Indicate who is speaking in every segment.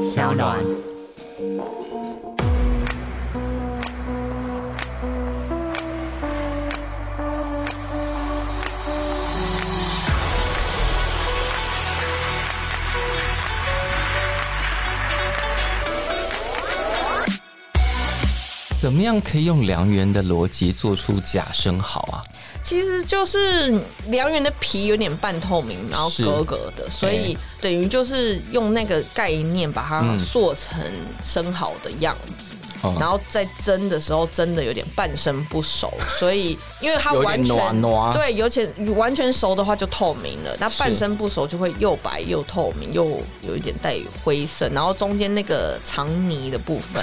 Speaker 1: 小暖。
Speaker 2: 怎么样可以用良缘的逻辑做出假生蚝啊？
Speaker 3: 其实就是良缘的皮有点半透明，然后
Speaker 2: 是
Speaker 3: 格格的，所以
Speaker 2: 哎
Speaker 3: 等于就是用那个概念把它
Speaker 2: 嗯
Speaker 3: 塑成生蚝的样子。
Speaker 2: 哦
Speaker 3: 然后在蒸的时候蒸的有点半生 不熟，所以因为它
Speaker 2: 有点
Speaker 3: 完全
Speaker 2: 软软
Speaker 3: 对，有点完全熟的话就透明了，那半生不熟就会又白又透明，又有一点带灰色，然后中间那个肠泥的部 分，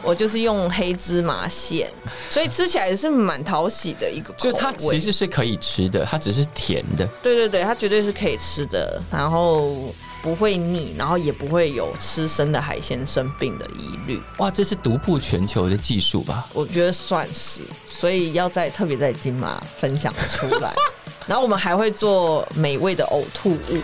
Speaker 3: 我就是用黑芝麻馅，所以吃起来是蛮讨喜的一个口
Speaker 2: 就
Speaker 3: 味。
Speaker 2: 它其实是可以吃的，它只是甜的。
Speaker 3: 对对对，它绝对是可以吃的，然后不会腻，然后也不会有吃生的海鲜生病的疑虑。
Speaker 2: 哇，这是独步全球的技术吧？
Speaker 3: 我觉得算是，所以要在特别在金马分享出 来。然后我们还会做美味的呕吐物，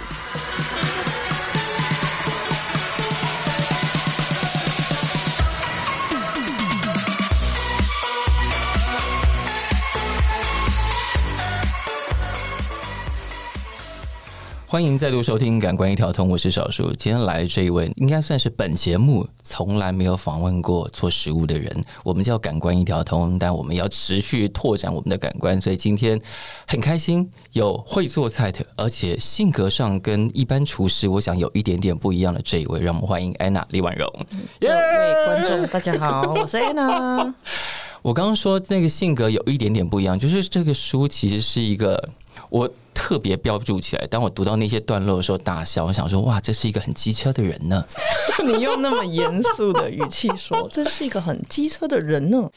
Speaker 2: 欢迎再度收听《感官一条通》，我是小树。今天来这一位，应该算是本节目从来没有访问过做食物的人。我们叫“感官一条通”，但我们要持续拓展我们的感官，所以今天很开心有会做菜的，而且性格上跟一般厨师，我想有一点点不一样的这一位，让我们欢迎安娜李婉荣。
Speaker 3: 各位观众大家好，我是 Anna。
Speaker 2: 我刚刚说那个性格有一点点不一样，就是这个书其实是一个我特别标注起来。当我读到那些段落的时候大笑，我想说哇，这是一个很机车的人呢。
Speaker 3: 你用那么严肃的语气说，真是一个很机车的人呢。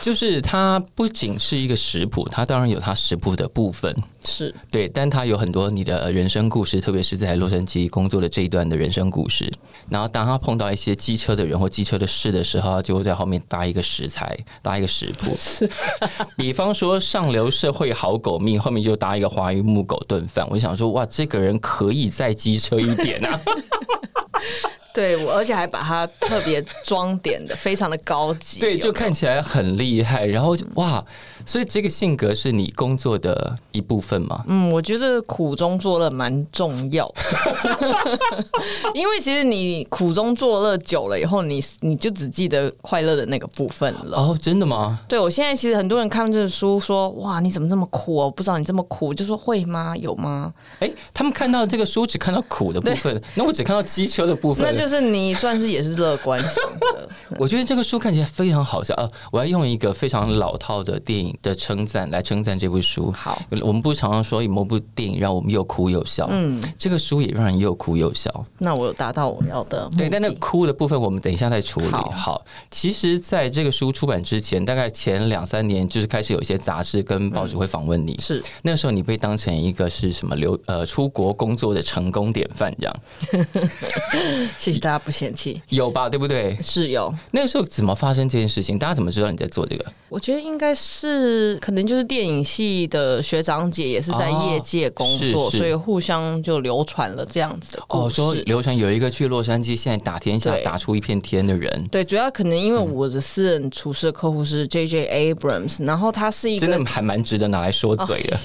Speaker 2: 就是它不仅是一个食谱，它当然有它食谱的部分，
Speaker 3: 是，
Speaker 2: 对，但它有很多你的人生故事，特别是在洛杉矶工作的这一段的人生故事。然后当他碰到一些机车的人或机车的事的时候，他就会在后面搭一个食材，搭一个食谱。 比方说上流社会好狗命，后面就搭一个华裔木狗炖饭。我想说，哇，这个人可以再机车一点啊！
Speaker 3: 对我，而且还把它特别装点的非常的高级。哦
Speaker 2: 对，
Speaker 3: 有
Speaker 2: 就看起来很厉害。然后就哇，所以这个性格是你工作的一部分吗？
Speaker 3: 嗯，我觉得苦中作乐蛮重 要的因为其实你苦中作乐久了以后，你你就只记得快乐的那个部分了。
Speaker 2: 哦，真的吗？
Speaker 3: 对我现在其实很多人看完这本书说，哇，你怎么这么苦哦？不知道你这么苦，就说会吗？有吗？
Speaker 2: 哎、他们看到这个书只看到苦的部分，那我只看到机车的部分。
Speaker 3: 那就是你算是也是乐观型的。
Speaker 2: 我觉得这个书看起来非常好笑啊！我要用一个非常老套的电影的称赞来称赞这部书。
Speaker 3: 好，
Speaker 2: 我们不是常常说某部电影让我们又哭又笑，嗯，这个书也让人又哭又笑。
Speaker 3: 那我有达到我要的目
Speaker 2: 对，
Speaker 3: 的。
Speaker 2: 但那个哭的部分我们等一下再处理。
Speaker 3: 好
Speaker 2: 其实在这个书出版之前，大概前两三年就是开始有一些杂志跟报纸会访问你，
Speaker 3: 是
Speaker 2: 那时候你被当成一个是什么留呃出国工作的成功典范这样，
Speaker 3: 谢谢大家不嫌弃，
Speaker 2: 有吧？对不对？
Speaker 3: 是有。
Speaker 2: 那个时候怎么发生这件事情？大家怎么知道你在做这个？
Speaker 3: 我觉得应该是，可能就是电影系的学长姐也是在业界工作，
Speaker 2: 哦是是
Speaker 3: 所以互相就流传了这样子的故
Speaker 2: 哦，
Speaker 3: 事。
Speaker 2: 说刘传有一个去洛杉矶，现在打天下
Speaker 3: 对
Speaker 2: 打出一片天的人，
Speaker 3: 对，主要可能因为我的私人厨师的客户是 J J Abrams，然后他是一
Speaker 2: 真
Speaker 3: 个哦
Speaker 2: 的，还蛮值得拿来说嘴的。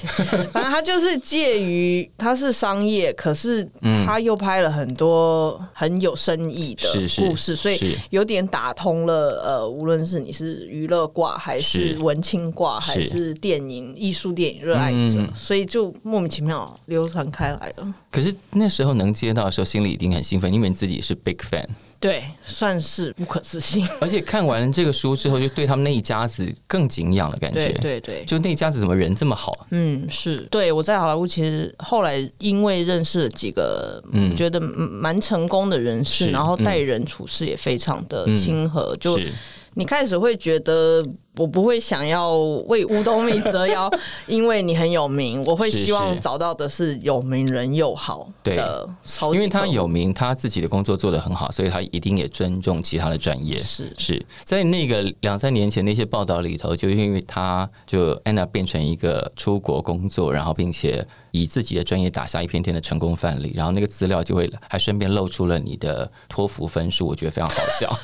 Speaker 3: 反正他就是介于他是商业，可是
Speaker 2: 嗯
Speaker 3: 他又拍了很多很有深意的
Speaker 2: 是是
Speaker 3: 故事，所以
Speaker 2: 是
Speaker 3: 有点打通了呃，无论是你是娱乐挂还是
Speaker 2: 是
Speaker 3: 文青挂，还
Speaker 2: 是
Speaker 3: 是电影艺术电影热爱者，
Speaker 2: 嗯
Speaker 3: 所以就莫名其妙流传开来了。
Speaker 2: 可是那时候能接到的时候，心里一定很兴奋，因为你自己是 big fan，
Speaker 3: 对，算是不可置信。
Speaker 2: 而且看完这个书之后，就对他们那一家子更敬仰了，感觉。
Speaker 3: 对对对，
Speaker 2: 就那一家子怎么人这么好？
Speaker 3: 嗯，是对我在好莱坞，其实后来因为认识了几个，嗯，觉得蛮成功的人士，
Speaker 2: 是嗯
Speaker 3: 然后待人处事也非常的亲和，就是你开始会觉得我不会想要为乌冬蜜折腰，因为你很有名。我会
Speaker 2: 是
Speaker 3: 希望
Speaker 2: 是
Speaker 3: 找到的是有名人又好
Speaker 2: 对
Speaker 3: 的超级客户，
Speaker 2: 因为他有名，他自己的工作做得很好，所以他一定也尊重其他的专业。
Speaker 3: 是
Speaker 2: 是在那个两三年前那些报道里头，就因为他就 Anna 变成一个出国工作，然后并且以自己的专业打下一片天的成功范例，然后那个资料就会还顺便露出了你的托福分数，我觉得非常好 笑，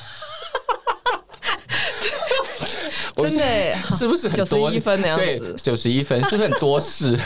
Speaker 3: 真的耶、
Speaker 2: 是不是很多
Speaker 3: 91分那样
Speaker 2: 对
Speaker 3: 子，
Speaker 2: 九十一分是不是很多 事？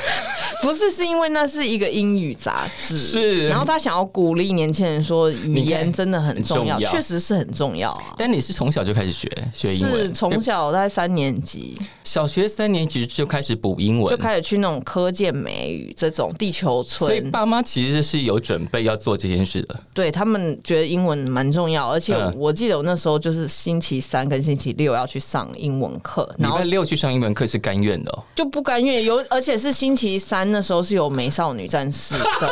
Speaker 3: 不是，是因为那是一个英语杂志，
Speaker 2: 是
Speaker 3: 然后他想要鼓励年轻人说，语
Speaker 2: 你看
Speaker 3: 言真的很重要，
Speaker 2: 很重要
Speaker 3: 确实是很重要啊。
Speaker 2: 但你是从小就开始学学英
Speaker 3: 是
Speaker 2: 文，
Speaker 3: 从小在三年级
Speaker 2: 小学三年级就开始补英文，
Speaker 3: 就开始去那种科建美语这种地球
Speaker 2: 所以
Speaker 3: 村，
Speaker 2: 爸妈其实是有准备要做这件事的。
Speaker 3: 对他们觉得英文蛮重要，而且
Speaker 2: 嗯
Speaker 3: 我记得我那时候就是星期三跟星期六要去上英文课，
Speaker 2: 礼
Speaker 3: 然后
Speaker 2: 拜六去上英文课是甘愿的、哦，
Speaker 3: 就不甘愿有，而且是星期三那时候是有美少女战 士的。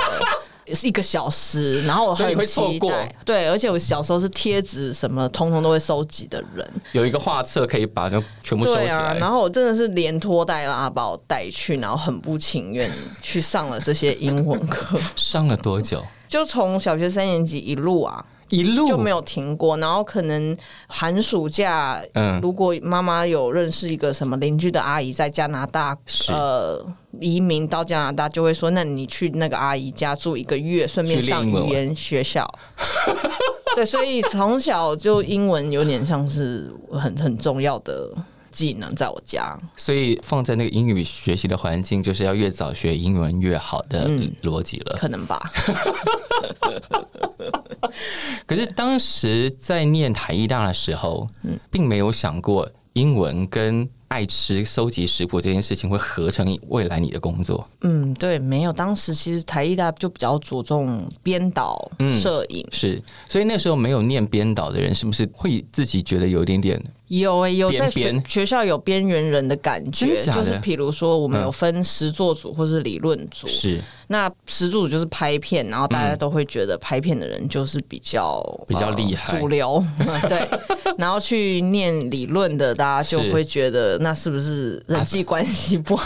Speaker 3: 是一个小时，然后我
Speaker 2: 所以你
Speaker 3: 很
Speaker 2: 会
Speaker 3: 期
Speaker 2: 错过
Speaker 3: 待，对，而且我小时候是贴纸什么，通通都会收集的人，
Speaker 2: 有一个画册可以把那全部收起
Speaker 3: 对
Speaker 2: 来。
Speaker 3: 啊，然后我真的是连拖带拉把我带去，然后很不情愿去上了这些英文课，
Speaker 2: 上了多久？
Speaker 3: 就从小学三年级一路啊，
Speaker 2: 一路
Speaker 3: 就没
Speaker 2: 有
Speaker 3: 有停过。然后可能寒暑假，
Speaker 2: 嗯
Speaker 3: 如果妈妈有认识一个什么邻居的阿姨在加拿大，
Speaker 2: 是
Speaker 3: 呃，移民到加拿大，就会说，那你去那个阿姨家住一个月，顺便
Speaker 2: 去练
Speaker 3: 上
Speaker 2: 英文
Speaker 3: 语言 学校。对，所以从小就英文有点像是很很重要的技能，在我家。
Speaker 2: 所以放在那个英语学习的环境，就是要越早学英文越好的
Speaker 3: 嗯
Speaker 2: 逻辑了。
Speaker 3: 可能吧，
Speaker 2: 可是当时在念台艺大的时候，
Speaker 3: 嗯
Speaker 2: 并没有想过英文跟爱吃、收集食谱这件事情会合成未来你的工作。
Speaker 3: 嗯，对，没有。当时其实台艺大就比较着重编导、
Speaker 2: 嗯
Speaker 3: 摄影，
Speaker 2: 是，所以那时候没有念编导的人，是不是会自己觉得有一点点
Speaker 3: 有诶、有
Speaker 2: 边
Speaker 3: 在学
Speaker 2: 边
Speaker 3: 学校有边缘人的感觉，
Speaker 2: 真假
Speaker 3: 就
Speaker 2: 的
Speaker 3: 是比如说我们有分实作组或是理论组，
Speaker 2: 嗯是
Speaker 3: 那实作组就是拍片，然后大家都会觉得拍片的人就是比较
Speaker 2: 比较
Speaker 3: 呃
Speaker 2: 厉害
Speaker 3: 主流， 对。然后去念理论的，大家就是会觉得那是不是人际关系不好？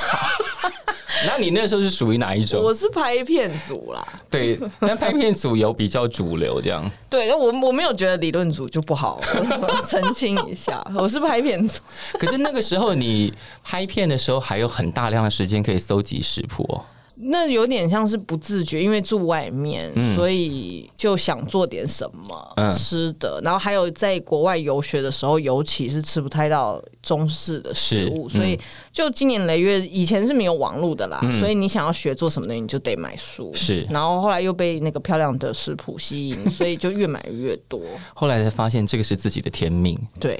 Speaker 2: 那你那时候是属于哪一种？
Speaker 3: 我是拍片组啦，
Speaker 2: 对，但拍片组有比较主流这样。
Speaker 3: 对，我我没有觉得理论组就不好，我 澄清一下，我是拍片组。
Speaker 2: 可是那个时候你拍片的时候，还有很大量的时间可以搜集食谱哦。
Speaker 3: 那有点像是不自觉，因为住外面，所以就想做点什么、
Speaker 2: 嗯
Speaker 3: 吃的。然后还有在国外游学的时候，尤其是吃不太到中式的食物，
Speaker 2: 是嗯嗯
Speaker 3: 所以就今年雷月以前是没有网络的啦，所以你想要学做什么东西，你就得买书。
Speaker 2: 是
Speaker 3: 然后后来又被那个漂亮的食谱吸引，所以就越买越 多。
Speaker 2: 后来才发现这个是自己的天命。
Speaker 3: 对，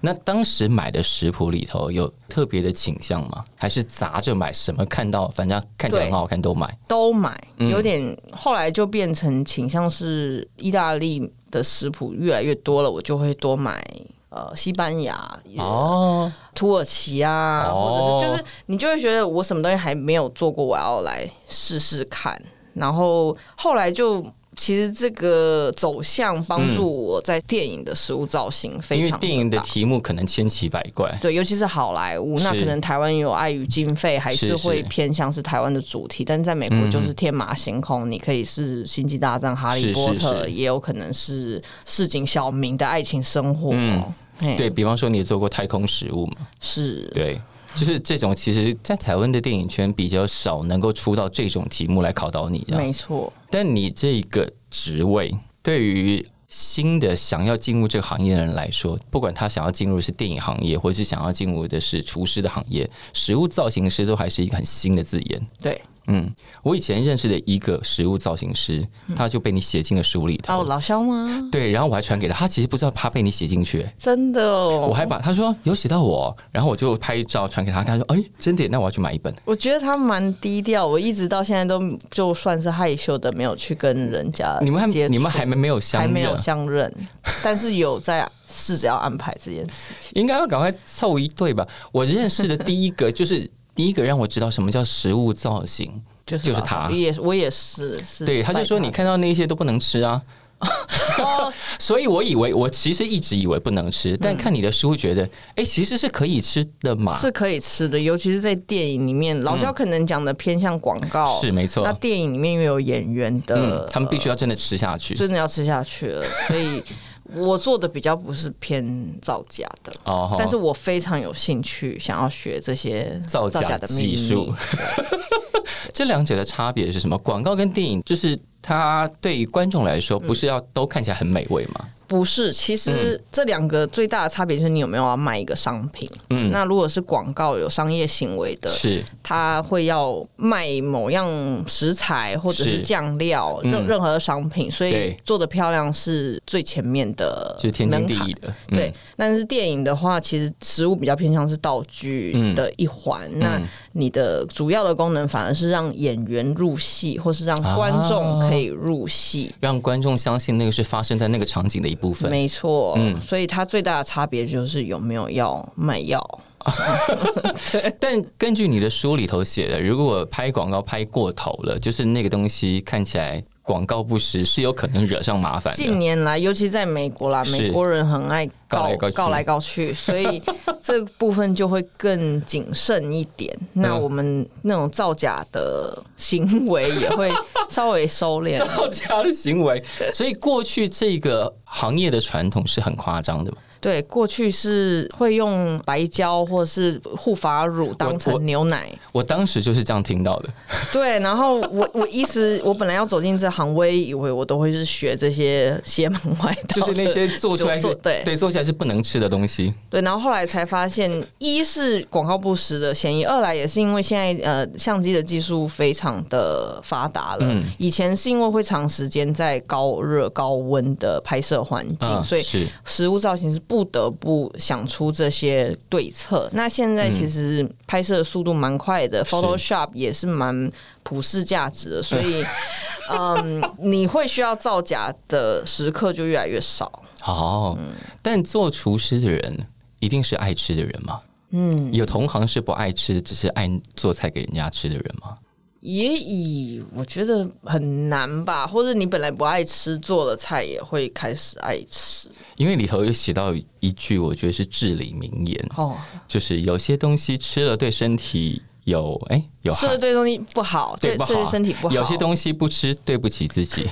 Speaker 2: 那当时买的食谱里头有特别的倾向吗？还是砸着买，什么看到反正看起来很好看都买？
Speaker 3: 都买，
Speaker 2: 嗯
Speaker 3: 有点、后来就变成倾向是意大利的食谱越来越多了，我就会多买呃西班牙、
Speaker 2: 哦，
Speaker 3: 土耳其啊，
Speaker 2: 哦
Speaker 3: 或者是就是你就会觉得我什么东西还没有做过，我要来试试看。然后后来就其实这个走向帮助我在电影的食物造型非
Speaker 2: 嗯因为
Speaker 3: 常
Speaker 2: 电影的
Speaker 3: 大
Speaker 2: 题目可能千奇百怪。
Speaker 3: 对，尤其是好莱坞，那
Speaker 2: 是
Speaker 3: 可能台湾有碍于经费，还
Speaker 2: 是
Speaker 3: 是会
Speaker 2: 是嗯
Speaker 3: 偏向是台湾的主题，但在美国就是天马行空，你可以是《星际大战》《哈利
Speaker 2: 是
Speaker 3: 波
Speaker 2: 是
Speaker 3: 特》
Speaker 2: 是
Speaker 3: 也有可能是市井小民的爱情生活。
Speaker 2: 嗯
Speaker 3: 嘿
Speaker 2: 对比方说，你也做过太空食物嘛？
Speaker 3: 是，
Speaker 2: 对，就是这种，其实，在台湾的电影圈比较少能够出到这种题目来考倒你这样。
Speaker 3: 没错。
Speaker 2: 但你这个职位，对于新的想要进入这个行业的人来说，不管他想要进入的是电影行业，或是想要进入的是厨师的行业，食物造型师都还是一个很新的字眼。
Speaker 3: 对，
Speaker 2: 嗯，我以前认识的一个食物造型师，他就被你写进了书里头。
Speaker 3: 嗯哦，老肖吗？
Speaker 2: 对，然后我还传给他，他其实不知道他被你写进去、
Speaker 3: 真的哦，
Speaker 2: 我还把他说有写到我，然后我就拍照传给他，他说：“哎，真的耶，那我要去买一本。
Speaker 3: 我觉得他蛮低调，我一直到现在都就算是害羞的，没有去跟人家”
Speaker 2: 你们还
Speaker 3: 接触
Speaker 2: 你们还没没有相啊
Speaker 3: 还
Speaker 2: 认，
Speaker 3: 没有相认，但是有在试着要安排这件事。
Speaker 2: 应该要赶快凑一对吧？我认识的第一个就是 第一个让我知道什么叫食物造型，
Speaker 3: 就是
Speaker 2: 就是
Speaker 3: 吧
Speaker 2: 他
Speaker 3: 也我也是，是
Speaker 2: 对，他就说
Speaker 3: 拜
Speaker 2: 你看到那些都不能吃啊，
Speaker 3: 哦，嗯
Speaker 2: 所以我以为我其实一直以为不能吃，但看你的书觉得，哎、其实是可以吃的嘛。
Speaker 3: 是可以吃的，尤其是在电影里面，老肖可能讲的偏向广告，
Speaker 2: 嗯是没错
Speaker 3: 哦那呃电影里面又有演员的，
Speaker 2: 嗯，他们必须要真的吃下去。
Speaker 3: 真的要吃下去了，所以我做的比较不是偏造假的。
Speaker 2: 哦吼
Speaker 3: 但是我非常有兴趣，想要学这些
Speaker 2: 造假
Speaker 3: 的秘
Speaker 2: 技
Speaker 3: 密
Speaker 2: 术。， 这两者的差别是什么？广告跟电影就是它对于观众来说，不
Speaker 3: 嗯
Speaker 2: 是要都看起来很美味吗？
Speaker 3: 不是，其实这两个最大的差别就是你有没有要卖一个商品。
Speaker 2: 嗯，
Speaker 3: 那如果是广告有商业行为的，
Speaker 2: 是
Speaker 3: 它会要卖某样食材或者
Speaker 2: 是
Speaker 3: 是酱料，
Speaker 2: 嗯
Speaker 3: 任任何的商品，所以
Speaker 2: 对
Speaker 3: 做的漂亮是最前面的，
Speaker 2: 就是天经地义。的，嗯
Speaker 3: 对，，但是电影的话，其实食物比较偏向是道
Speaker 2: 嗯
Speaker 3: 具的一环。那你的主要的功能反而是让演员入戏，或是
Speaker 2: 啊
Speaker 3: 让观众可以入戏。
Speaker 2: 让观众相信那个是发生在那个场景的一部分。
Speaker 3: 没错，
Speaker 2: 嗯
Speaker 3: 所以它最大的差别就是有没有要卖药。
Speaker 2: 但根据你的书里头写的，如果拍广告拍过头了，就是那个东西看起来广告不实，是有可能惹上麻烦
Speaker 3: 近
Speaker 2: 的。
Speaker 3: 年来，尤其在美国啦，
Speaker 2: 是
Speaker 3: 美国人很爱
Speaker 2: 告
Speaker 3: 告
Speaker 2: 来告去
Speaker 3: 来告去，所以这部分就会更谨慎一点。
Speaker 2: 嗯
Speaker 3: 那我们那种造假的行为也会稍微收 敛。
Speaker 2: 造假的行为，所以过去这个行业的传统是很夸张的嘛。
Speaker 3: 对，过去是会用白胶或是护发乳当成牛奶。
Speaker 2: 我当时就是这样听到的。
Speaker 3: 对，然后我我一时我本来要走进这行，我也以为我都会是学这些邪门歪道的，
Speaker 2: 就是那些做出来是
Speaker 3: 做对
Speaker 2: 对做起来是不能吃的东西，
Speaker 3: 对，然后后来才发现，一是广告不实的嫌疑，二来也是因为现在呃相机的技术非常的发达了，
Speaker 2: 嗯
Speaker 3: 以前是因为会长时间在高热高温的拍摄环境，
Speaker 2: 嗯
Speaker 3: 所以
Speaker 2: 是
Speaker 3: 食物造型是不得不想出这些对策。那现在
Speaker 2: 嗯
Speaker 3: 其实拍摄的速度蛮快的，Photoshop 也是蛮普世价值的，所以嗯，你会需要造假的时刻就越来越少。
Speaker 2: 哦。但做厨师的人一定是爱吃的人嘛？嗯，有同行是不爱吃，只是爱做菜给人家吃的人吗？
Speaker 3: 也以我觉得很难吧，或者你本来不爱吃，做了菜也会开始爱吃
Speaker 2: 因为里头有写到一句，我觉得是至理名言，
Speaker 3: 哦。
Speaker 2: 就是有些东西吃了对身体有哎、有
Speaker 3: 吃
Speaker 2: 害
Speaker 3: 了，对东西不好，
Speaker 2: 对不
Speaker 3: 对
Speaker 2: 好，
Speaker 3: 身体不好。
Speaker 2: 有些东西不吃对不起自 己，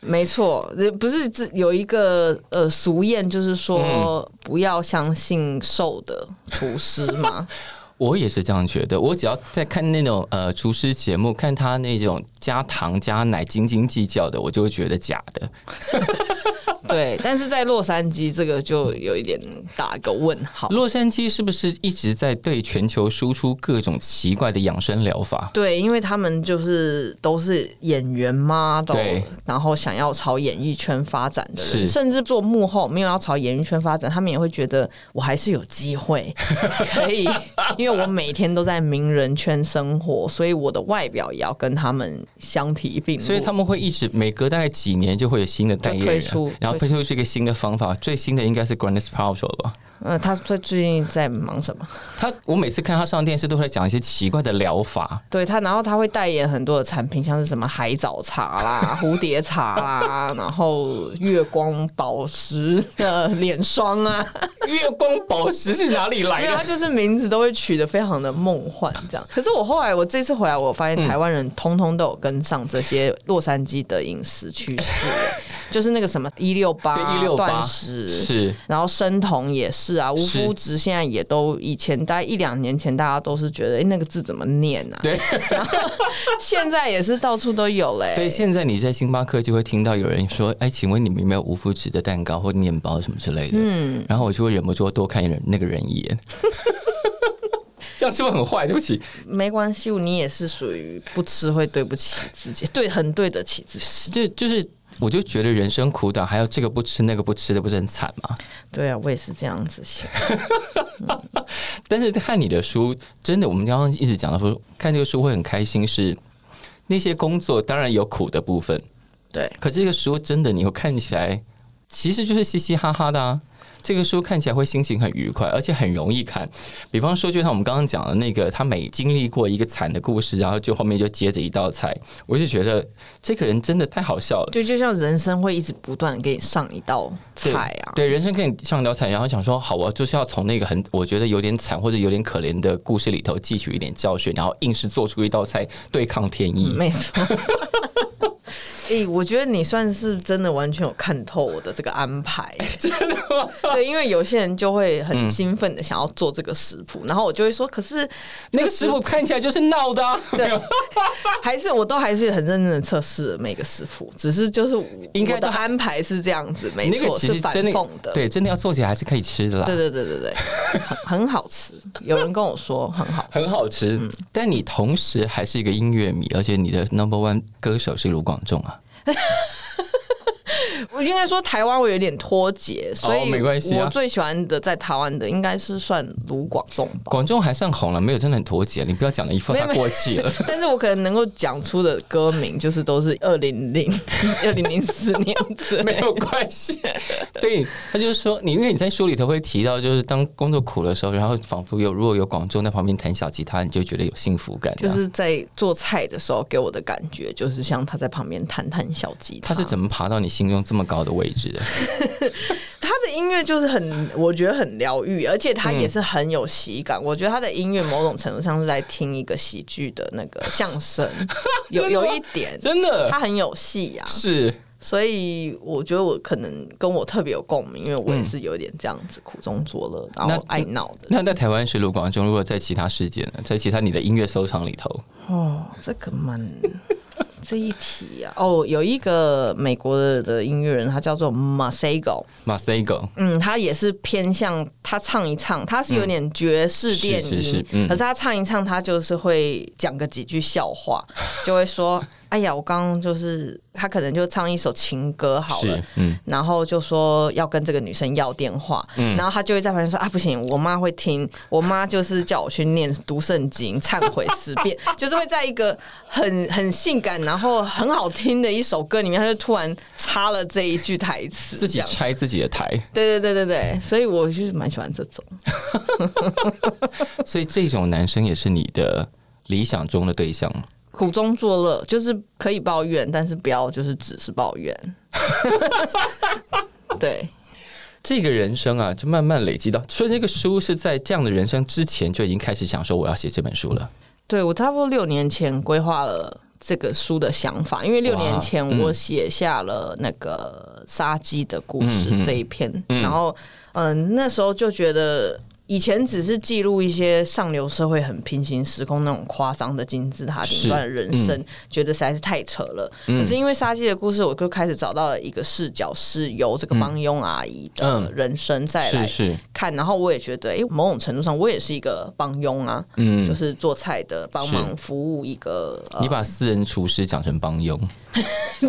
Speaker 3: 没错，呃不是只有一个呃俗谚，就是说、
Speaker 2: 嗯
Speaker 3: 不要相信瘦的厨师嘛。
Speaker 2: 我也是这样觉得。我只要在看那种呃厨师节目，看他那种加糖加奶斤斤计较的，我就会觉得假的。
Speaker 3: 对，但是在洛杉矶这个就有一点打个问号。
Speaker 2: 洛杉矶是不是一直在对全球输出各种奇怪的养生疗法？
Speaker 3: 对，因为他们就是都是演员 model，
Speaker 2: 对
Speaker 3: 然后想要朝演艺圈发展的
Speaker 2: 是
Speaker 3: 人，甚至做幕后没有要朝演艺圈发展，他们也会觉得我还是有 机会可以，因为我每天都在名人圈生活，所以我的外表也要跟他们相提并论。
Speaker 2: 所以他们会一直每隔大概几年就会有新的代言
Speaker 3: 就推
Speaker 2: 人
Speaker 3: 出，
Speaker 2: 然后推出这个新的方法。最新的应该是 Grandis Paltrow 吧？
Speaker 3: 嗯，他最最近在忙什么？
Speaker 2: 他我每次看他上电视都会讲一些奇怪的疗法，
Speaker 3: 对他，然后他会代言很多的产品，像是什么海藻 茶啦、蝴蝶茶啦，然后月光宝石的脸霜啊，
Speaker 2: 月光宝石是哪里来
Speaker 3: 没有，他
Speaker 2: 的？
Speaker 3: 就是名字都会取得非常的梦幻这 样。可是我后来我这次回来，我发现台湾人通通都有跟上这些洛杉矶的饮食趋 势，就是那个什么一六八
Speaker 2: 对168
Speaker 3: 断 食。
Speaker 2: 是
Speaker 3: 然后生酮也是啊，无
Speaker 2: 是
Speaker 3: 麸质现在也都，以前大概一两年前，大家都是觉得，哎，那个字怎么念啊？
Speaker 2: 对
Speaker 3: 现在也是到处都有嘞、
Speaker 2: 对，现在你在星巴克就会听到有人说：“哎，请问你们有没有无麸质的蛋糕或面包什么之类的？”嗯，然后我就会忍不住多看人那个人一眼。 这样是不是很坏？对不起，
Speaker 3: 没关系，你也是属于不吃会对不起自己，对，很对得起自己。
Speaker 2: 就就是，我就觉得人生苦短，还有这个不吃那个不吃的，不是很惨吗？
Speaker 3: 对啊，我也是这样子想。
Speaker 2: 但是看你的书，真的，我们刚刚一直讲到说，看这个书会很开心是，那些工作当然有苦的部分，
Speaker 3: 对，
Speaker 2: 可这个书真的，你又看起来其实就是嘻嘻哈哈的啊。这个书看起来会心情很愉快，而且很容易看。比方说，就像我们刚刚讲的那个，他每经历过一个惨的故事，然后就后面就接着一道菜，我就觉得这个人真的太好笑了。
Speaker 3: 就就像人生会一直不断地给你上一道
Speaker 2: 对
Speaker 3: 菜啊，
Speaker 2: 对，人生可以上一道菜，然后想说，好，我就是要从那个很我觉得有点惨或者有点可怜的故事里头汲取一点教训，然后硬是做出一道菜对抗天意。
Speaker 3: 没错。 诶、我觉得你算是真的完全有看透我的这个安排，
Speaker 2: 哎
Speaker 3: 真的吗？ 对，因为有些人就会
Speaker 2: 嗯
Speaker 3: 很兴奋的想要做这个食谱，然后我就会说，可 是
Speaker 2: 那个食谱看起来就是闹的、啊，
Speaker 3: 对，还是我都还是很认真的测试了每个食谱，只是就是我
Speaker 2: 应该
Speaker 3: 我的
Speaker 2: 都还
Speaker 3: 安排是这样子，没
Speaker 2: 那个
Speaker 3: 错，
Speaker 2: 其
Speaker 3: 是
Speaker 2: 实
Speaker 3: 反
Speaker 2: 真的
Speaker 3: 讽的，
Speaker 2: 对，真的要做起来还是可以吃的啦。
Speaker 3: 对对对对对，很很好吃。有人跟我说很好吃，
Speaker 2: 很好吃，
Speaker 3: 嗯
Speaker 2: 但你同时还是一个音乐迷，而且你的 number one 歌手是卢广仲啊。
Speaker 3: 我应该说台湾我有点脱节，所以
Speaker 2: 没关系啊
Speaker 3: 我最喜欢的在台湾的应该是算卢广仲吧，
Speaker 2: 广仲还算红了，没有真的很脱节。你不要讲的一副
Speaker 3: 没有
Speaker 2: 他
Speaker 3: 没有
Speaker 2: 过气了。
Speaker 3: 但是我可能能够讲出的歌名就是都是二零零 二零零四年之类
Speaker 2: 没有关系。对，他就是说，你因为你在书里头会提到，就是当工作苦的时候，然后仿佛有如果有广州在旁边弹小吉他，你就觉得有幸福感。这
Speaker 3: 就
Speaker 2: 样
Speaker 3: 是在做菜的时候给我的感觉，就是像他在旁边弹弹小吉他。
Speaker 2: 他是怎么爬到你心中这么高的位置的？
Speaker 3: 他的音乐就是很，我觉得很疗愈，而且他也是很有喜
Speaker 2: 嗯
Speaker 3: 感。我觉得他的音乐某种程度上是在听一个喜剧的那个 相声，有有一点，
Speaker 2: 真的
Speaker 3: 他很有戏啊。
Speaker 2: 是
Speaker 3: 所以我觉得我可能跟我特别有共鸣，因为我也是有点这样子苦中作乐，然后爱闹的。
Speaker 2: 那在台湾是卢广仲，如果在其他世界呢，在其他你的音乐收藏里头，
Speaker 3: 哦，这个蛮 这一题啊。哦，有一个美国的的音乐人，他叫做 Masego，
Speaker 2: 马塞狗
Speaker 3: 嗯，他也是偏向他唱一唱，他是有点爵士电音，
Speaker 2: 是是是嗯
Speaker 3: 可是他唱一唱，他就是会讲个几句笑话，就会说：“ 哎呀，我刚刚就是他可能就唱一首情歌好了
Speaker 2: 是。”嗯，
Speaker 3: 然后就说要跟这个女生要电话，然后他就会在旁边说啊不行，我妈会听，我妈就是叫我去念读圣经、忏悔十遍， 就是会在一个很很性感，然后很好听的一首歌里面，他就突然插了这一句台词，
Speaker 2: 自己
Speaker 3: 这样
Speaker 2: 拆自己的台。
Speaker 3: 对对对对对，所以我就是蛮喜欢这种。
Speaker 2: 所以这种男生也是你的理想中的对象吗。
Speaker 3: 苦中作乐，就是可以抱怨，但是不要就是只是抱 怨。对，
Speaker 2: 这个人生啊，就慢慢累积到，所以这个书是在这样的人生之前就已经开始想说我要写这本书了。
Speaker 3: 对我差不多六年前规划了这个书的想法，因为六
Speaker 2: 哇
Speaker 3: 年前
Speaker 2: 嗯
Speaker 3: 我写下了那个杀鸡的故事
Speaker 2: 嗯嗯
Speaker 3: 这一篇，然后嗯、呃那时候就觉得。以前只是记录一些上流社会很平行时空那种夸张的金字塔顶端的人生，
Speaker 2: 嗯
Speaker 3: 觉得实在是太扯了。可是因为杀鸡的故事，我就开始找到了一个视角，是由这个帮佣阿姨的
Speaker 2: 嗯
Speaker 3: 人生再
Speaker 2: 是
Speaker 3: 来
Speaker 2: 是，
Speaker 3: 看，然后我也觉得，诶，某种程度上我也是一个帮佣啊，
Speaker 2: 嗯，
Speaker 3: 就是做菜的，帮
Speaker 2: 是
Speaker 3: 忙服务一个，呃
Speaker 2: 你把私人厨师讲成帮佣，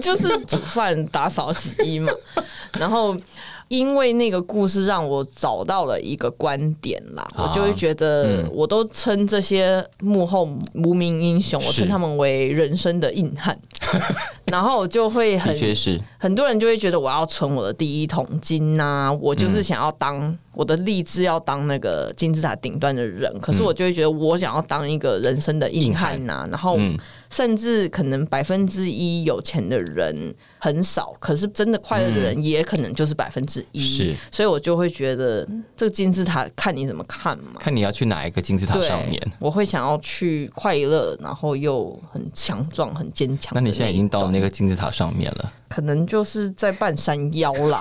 Speaker 3: 就是煮饭、打扫、洗衣 嘛。然后因为那个故事让我找到了一个观点啦，
Speaker 2: 啊嗯
Speaker 3: 我就会觉得，我都称这些幕后无名英雄，我
Speaker 2: 是
Speaker 3: 称他们为人生的硬汉。 然后我就会很
Speaker 2: 的确是
Speaker 3: 很多人就会觉得我要存我的第一桶金呐、我
Speaker 2: 嗯
Speaker 3: 就是想要当、我的励志要当那个金字塔顶端的人，可
Speaker 2: 嗯
Speaker 3: 是我就会觉得我想要当一个人生的硬汉呐、然后
Speaker 2: 嗯
Speaker 3: 甚至可能百分之一有钱的人很少，可是真的快乐的人也可能就是百分之一
Speaker 2: 嗯是，
Speaker 3: 所以我就会觉得这个金字塔看你怎么看嘛。
Speaker 2: 看你要去哪一个金字塔
Speaker 3: 对
Speaker 2: 上面。，
Speaker 3: 我会想要去快乐，然后又很强壮、很坚强的
Speaker 2: 那
Speaker 3: 一种。
Speaker 2: 你现在已经到了那个金字塔上面了，
Speaker 3: 可能就是在半山腰 啦，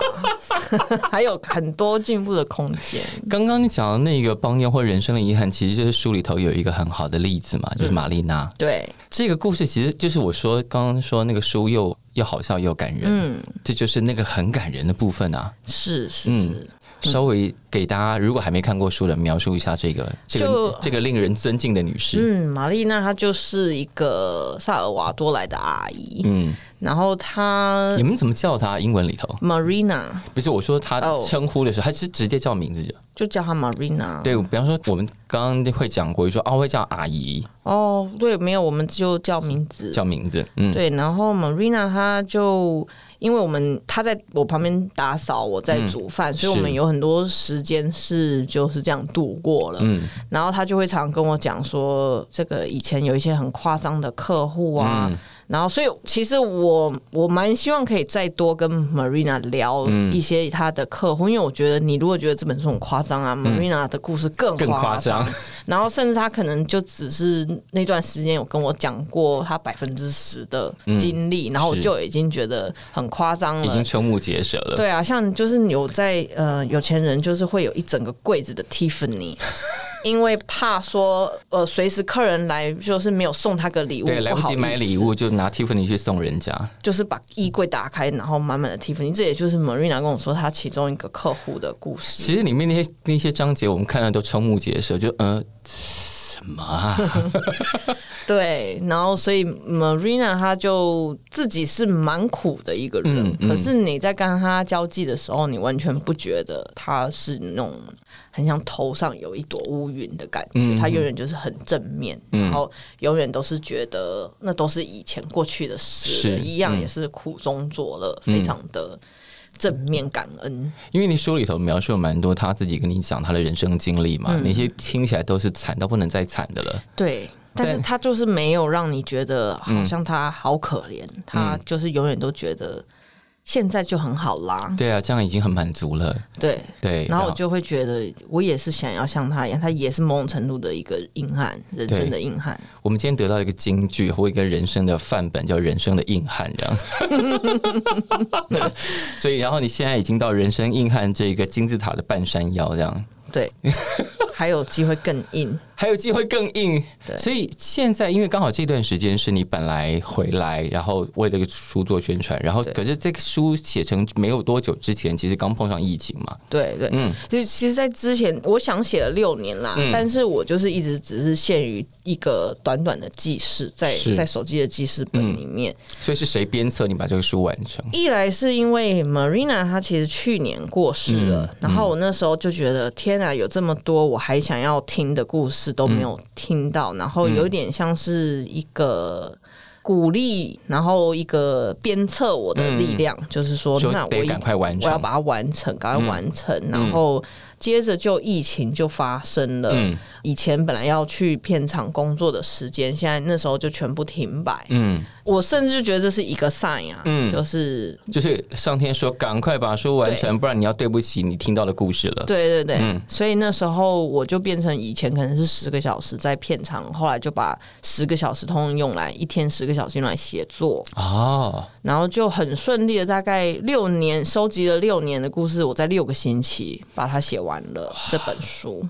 Speaker 3: 还有很多进步的空间。
Speaker 2: 刚刚你讲的那个帮佣或人生的遗憾，其实就是书里头有一个很好的例子嘛，
Speaker 3: 嗯
Speaker 2: 就是玛丽娜。
Speaker 3: 对，
Speaker 2: 这个故事其实就是我说刚刚说那个书又又好笑又感人，
Speaker 3: 嗯，
Speaker 2: 这就是那个很感人的部分啊。
Speaker 3: 是是
Speaker 2: 嗯
Speaker 3: 是，
Speaker 2: 稍微给大家，如果还没看过书的，描述一下这个这个
Speaker 3: 就
Speaker 2: 这个令人尊敬的女士。
Speaker 3: 嗯，玛丽娜她就是一个萨尔瓦多来的阿姨，
Speaker 2: 嗯，
Speaker 3: 然后她
Speaker 2: 你们怎么叫她？英文里头
Speaker 3: Marina
Speaker 2: 不是我说她
Speaker 3: 哦嗯
Speaker 2: 称呼的时候，她是直接叫名字的。
Speaker 3: 就叫她 Marina。
Speaker 2: 对，比方说我们刚刚会讲过，说哦会叫阿姨，
Speaker 3: 哦，对，没有，我们就叫名字。
Speaker 2: 叫名字，嗯，
Speaker 3: 对，然后 Marina 她就因为我们她在我旁边打扫，我在煮饭，所以我们
Speaker 2: 嗯是
Speaker 3: 有很多时间是就是这样度过了。
Speaker 2: 嗯
Speaker 3: 然后她就会常跟我讲说，这个以前有一些很夸张的客户啊，
Speaker 2: 嗯
Speaker 3: 然后所以其实我我蛮希望可以再多跟 Marina
Speaker 2: 嗯
Speaker 3: 聊一些她的客户，因为我觉得你如果觉得这本书很夸张啊、m a r i n a 的故事更
Speaker 2: 嗯更
Speaker 3: 夸
Speaker 2: 夸张，
Speaker 3: 然后甚至他可能就只是那段时间有跟我讲过他百分之十的经历，然后我
Speaker 2: 是
Speaker 3: 就已经觉得很夸张
Speaker 2: 嗯已经
Speaker 3: 了。
Speaker 2: 瞠目结舌了。
Speaker 3: 对啊，像就是有在呃有钱人就是会有一整个柜子的 Tiffany，因为怕说呃随时客人来就是没有送他个礼物，
Speaker 2: 对，来不
Speaker 3: 好
Speaker 2: 及买
Speaker 3: 意思
Speaker 2: 礼物就拿 Tiffany 去送人家，
Speaker 3: 就是把衣柜打开，然后满满的 Tiffany。这也就是 Marina 跟我说她其中一个客户的故事。
Speaker 2: 其实里面那些那些章节，我们看了都瞠目结舌，就呃什么啊？
Speaker 3: 对，然后所以 Marina 她就自己是蛮苦的一个人，
Speaker 2: 嗯嗯
Speaker 3: 可是你在跟她交际的时候，你完全不觉得她是那种很像头上有一朵乌云的感觉，
Speaker 2: 嗯
Speaker 3: 她永远就是很正面，然后永远都是觉得那都是以前过去的事了，
Speaker 2: 是
Speaker 3: 一样
Speaker 2: 嗯
Speaker 3: 也是苦中作乐，非常的正面感恩。
Speaker 2: 因为你书里头描述了蛮多他自己跟你讲他的人生经历
Speaker 3: 嗯
Speaker 2: 嘛，那些听起来都是惨到不能再惨的了。
Speaker 3: 对，但是
Speaker 2: 对
Speaker 3: 他就是没有让你觉得好像他好可怜，他就是永远都觉得现在就很好啦。
Speaker 2: 对啊，这样已经很满足了。
Speaker 3: 对，
Speaker 2: 对，
Speaker 3: 然后我就会觉得我也是想要像他一样，他也是某种程度的一个硬汉，人生的硬汉。
Speaker 2: 我们今天得到一个金句或一个人生的范本，叫人生的硬汉这样。 所以，然后你现在已经到人生硬汉这个金字塔的半山腰这样。
Speaker 3: 对，还有机会更硬。
Speaker 2: 还有机会更硬。
Speaker 3: 对
Speaker 2: 所以现在因为刚好这段时间是你本来回来，然后为这个书做宣传，然后
Speaker 3: 对
Speaker 2: 可是这个书写成没有多久之前，其实刚碰上疫情嘛。
Speaker 3: 对对，嗯，就其实，在之前我想写了六年啦，但是我就是一直只是限于一个短短的记事，在
Speaker 2: 是
Speaker 3: 在手机的记事本里面。
Speaker 2: 所以是谁鞭策你把这个书完成？
Speaker 3: 一来是因为 Marina 她其实去年过世了，
Speaker 2: 嗯
Speaker 3: 然后我那时候就觉得天啊，有这么多我还想要听的故事都没有听到，
Speaker 2: 嗯
Speaker 3: 然后有点像是一个。鼓励，然后一个鞭策我的力量，就是说，
Speaker 2: 嗯就
Speaker 3: 哦那我
Speaker 2: 得
Speaker 3: 一
Speaker 2: 赶快完
Speaker 3: 我
Speaker 2: 成。
Speaker 3: 要
Speaker 2: 嗯
Speaker 3: 把它完成，赶快完成。然后接着就疫情就发生了，
Speaker 2: 嗯
Speaker 3: 以前本来要去片场工作的时间，现在那时候就全部停摆。
Speaker 2: 嗯，
Speaker 3: 我甚至就觉得这是一个 sign 啊，就是
Speaker 2: 就是上天说赶快把书完成，不然你要对不起你听到的故事了。
Speaker 3: 对对对，所以那时候我就变成以前可能是十个小时在片场，后来就把十个小时通通用来一天十个小时用来写作，
Speaker 2: 哦，
Speaker 3: 然后就很顺利的，大概六年收集了六年的故事，我在六个星期把它写完了这本书。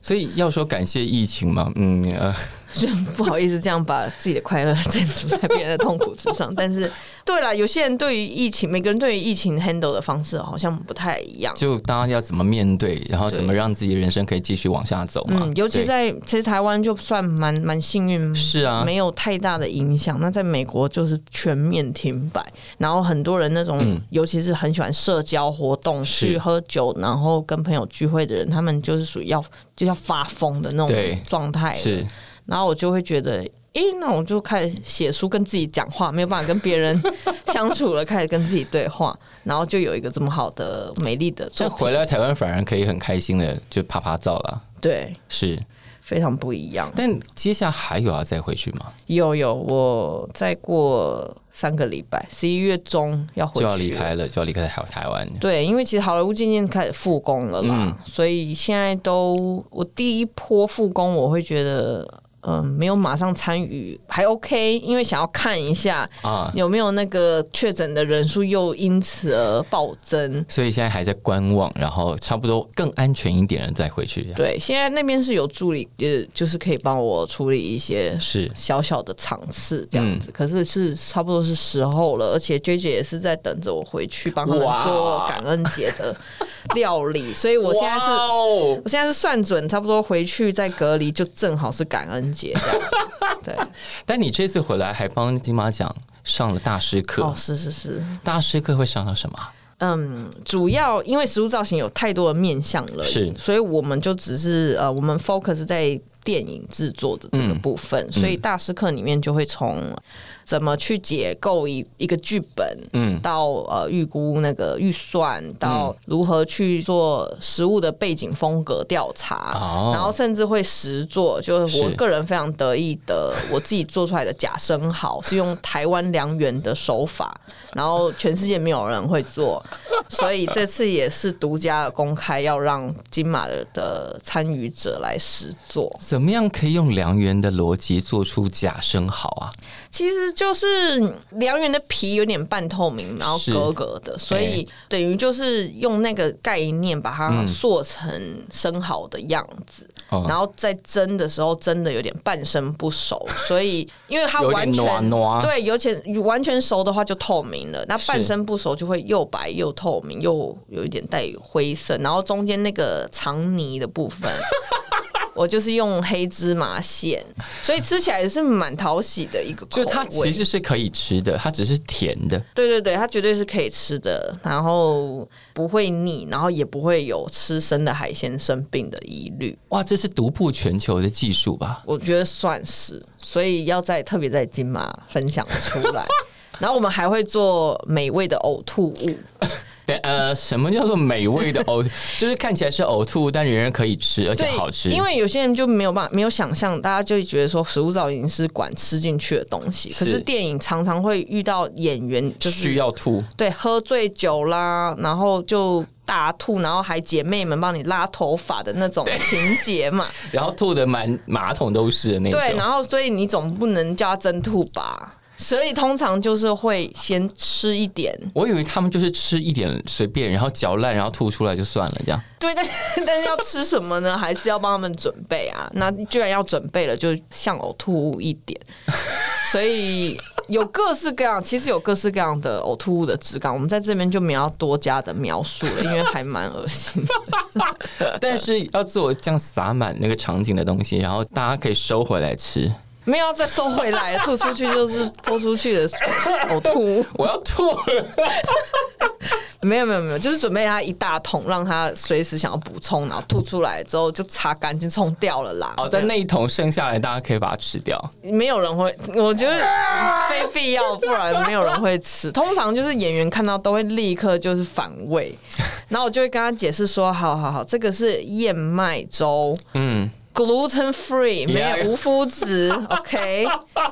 Speaker 2: 所以要说感谢疫情嘛，嗯呃，
Speaker 3: 就不好意思这样把自己的快乐建筑在别人的痛苦之上。但是，对了，有些人对于疫情，每个人对于疫情 handle 的方式好像不太一样。
Speaker 2: 就大家要怎么面对，然后怎么让自己的人生可以继续往下走嘛。
Speaker 3: 嗯，尤其
Speaker 2: 对
Speaker 3: 在其实台湾就算蛮蛮幸运，
Speaker 2: 是啊
Speaker 3: 没有太大的影响。那在美国就是全面停摆，然后很多人那种，尤其是很喜欢社交活动、
Speaker 2: 嗯是
Speaker 3: 去喝酒，然后跟朋友聚会的人，他们就是属于要就要发疯的那
Speaker 2: 对
Speaker 3: 种状态。
Speaker 2: 是。
Speaker 3: 然后我就会觉得，诶，那我就开始写书，跟自己讲话，没有办法跟别人 相处了，开始跟自己对话，然后就有一个这么好的、美丽的
Speaker 2: 这
Speaker 3: 作
Speaker 2: 样
Speaker 3: 品，
Speaker 2: 回来台湾反而可以很开心的就啪啪照了。
Speaker 3: 对，
Speaker 2: 是，
Speaker 3: 非常不一样。
Speaker 2: 但接下来还有要再回去吗？
Speaker 3: 有有，我再过三个礼拜，十一月中要
Speaker 2: 就
Speaker 3: 回去，
Speaker 2: 要离。开了，就要离开台台湾。
Speaker 3: 对，因为其实好莱坞渐渐开始复工了
Speaker 2: 嗯
Speaker 3: 啦，所以现在都我第一波复工，我会觉得。嗯，没有马上参与还 OK，因为想要看一下
Speaker 2: 啊
Speaker 3: 有没有那个确诊的人数又因此而暴增。
Speaker 2: 所以现在还在观望，然后差不多更安全一点了再回去。
Speaker 3: 对，现在那边是有助理，呃，就是可以帮我处理一些
Speaker 2: 是
Speaker 3: 小小的场次这样子，
Speaker 2: 嗯
Speaker 3: 可是是差不多是时候了，而且 J J 也是在等着我回去帮他们
Speaker 2: 哇
Speaker 3: 做感恩节的料理， 所以我现在是。
Speaker 2: 哦，
Speaker 3: 我现在是算准，差不多回去再隔离，就正好是感恩节这样 子。对，
Speaker 2: 但你这次回来还帮金马奖上了大师课，
Speaker 3: 哦，是是是，
Speaker 2: 大师课会上到什么啊？
Speaker 3: 嗯，主要因为食物造型有太多的面向了，
Speaker 2: 是
Speaker 3: 所以我们就只是呃，我们 focus 在电影制作的这个部分，所以大师课里面就会从怎么去解构一一个剧本，嗯，到呃预估那个预算，到如何去做食物的背景风格调查，
Speaker 2: 哦
Speaker 3: 然后甚至会实做，就是我
Speaker 2: 是
Speaker 3: 个人非常得意的，我自己做出来的假生蚝是用台湾良缘的手法， 然后全世界没有人会做，所以这次也是独家的公开，要让金马的的参与者来实做。
Speaker 2: 怎么样可以用良缘的逻辑做出假生蚝啊？
Speaker 3: 其实就是良缘的皮有点半透明，然后
Speaker 2: 是
Speaker 3: 格格的，所以
Speaker 2: 哎
Speaker 3: 等于就是用那个概念把它塑成生蚝的样子，
Speaker 2: 哦
Speaker 3: 然后在蒸的时候蒸的有点半生不熟，所以 因为它
Speaker 2: 有点
Speaker 3: 完全
Speaker 2: 暖暖
Speaker 3: 对，有点完全熟的话就透明了，那半生不熟就会又白又透明，又有一点带灰色，然后中间那个肠泥的部 分。我就是用黑芝麻馅，所以吃起来是蛮讨喜的一个口
Speaker 2: 就
Speaker 3: 味。
Speaker 2: 它其实是可以吃的，它只是甜的。
Speaker 3: 对对对，它绝对是可以吃的，然后不会腻，然后也不会有吃生的海鲜生病的疑虑。
Speaker 2: 哇，这是独步全球的技术吧？
Speaker 3: 我觉得算是，所以要在特别在金马分享出 来。然后我们还会做美味的呕吐物，
Speaker 2: 对，呃，什么叫做美味的呕？ 就是看起来是呕吐，但仍然可以吃，而且
Speaker 3: 对，
Speaker 2: 好吃。
Speaker 3: 因为有些人就没有办法，没有想象，大家就会觉得说食物造型是管吃进去的东西。可
Speaker 2: 是
Speaker 3: 是电影常常会遇到演员就是
Speaker 2: 需要吐，
Speaker 3: 对，喝醉酒啦，然后就大吐，然后还姐妹们帮你拉头发的那种情节嘛。
Speaker 2: 然后吐的满马桶都是的那种。
Speaker 3: 对，然后所以你总不能叫他真吐吧？所以通常就是会先吃一点，
Speaker 2: 我以为他们就是吃一点随便，然后嚼烂，然后吐出来就算了，这样。
Speaker 3: 对，但但是要 吃什么呢？还是要帮他们准备啊。那居然要准备了，就像呕吐物一点，所以有各式各样，其实有各式各样的呕吐物的质感，我们在这边就没有要多加的描述了，因为还蛮恶心的。
Speaker 2: 但是要做这样撒满那个场景的东西，然后大家可以收回来吃。
Speaker 3: 没有要再收回来，吐出去就是泼出去的呕吐物。
Speaker 2: 我要吐了，
Speaker 3: 没有没有没有，就是准备它一大桶，让它随时想要补充，然后吐出来之后就擦干净冲掉了啦。
Speaker 2: 好，但那一桶剩下来，大家可以把它吃掉。
Speaker 3: 没有人会，我觉得非必要，不然没有人会吃。通常就是演员看到都会立刻就是反 胃，然后我就会跟他解释说：好好好，这个是燕麦粥，
Speaker 2: 嗯，
Speaker 3: gluten free，没
Speaker 2: Yeah
Speaker 3: 有无麸 质，OK，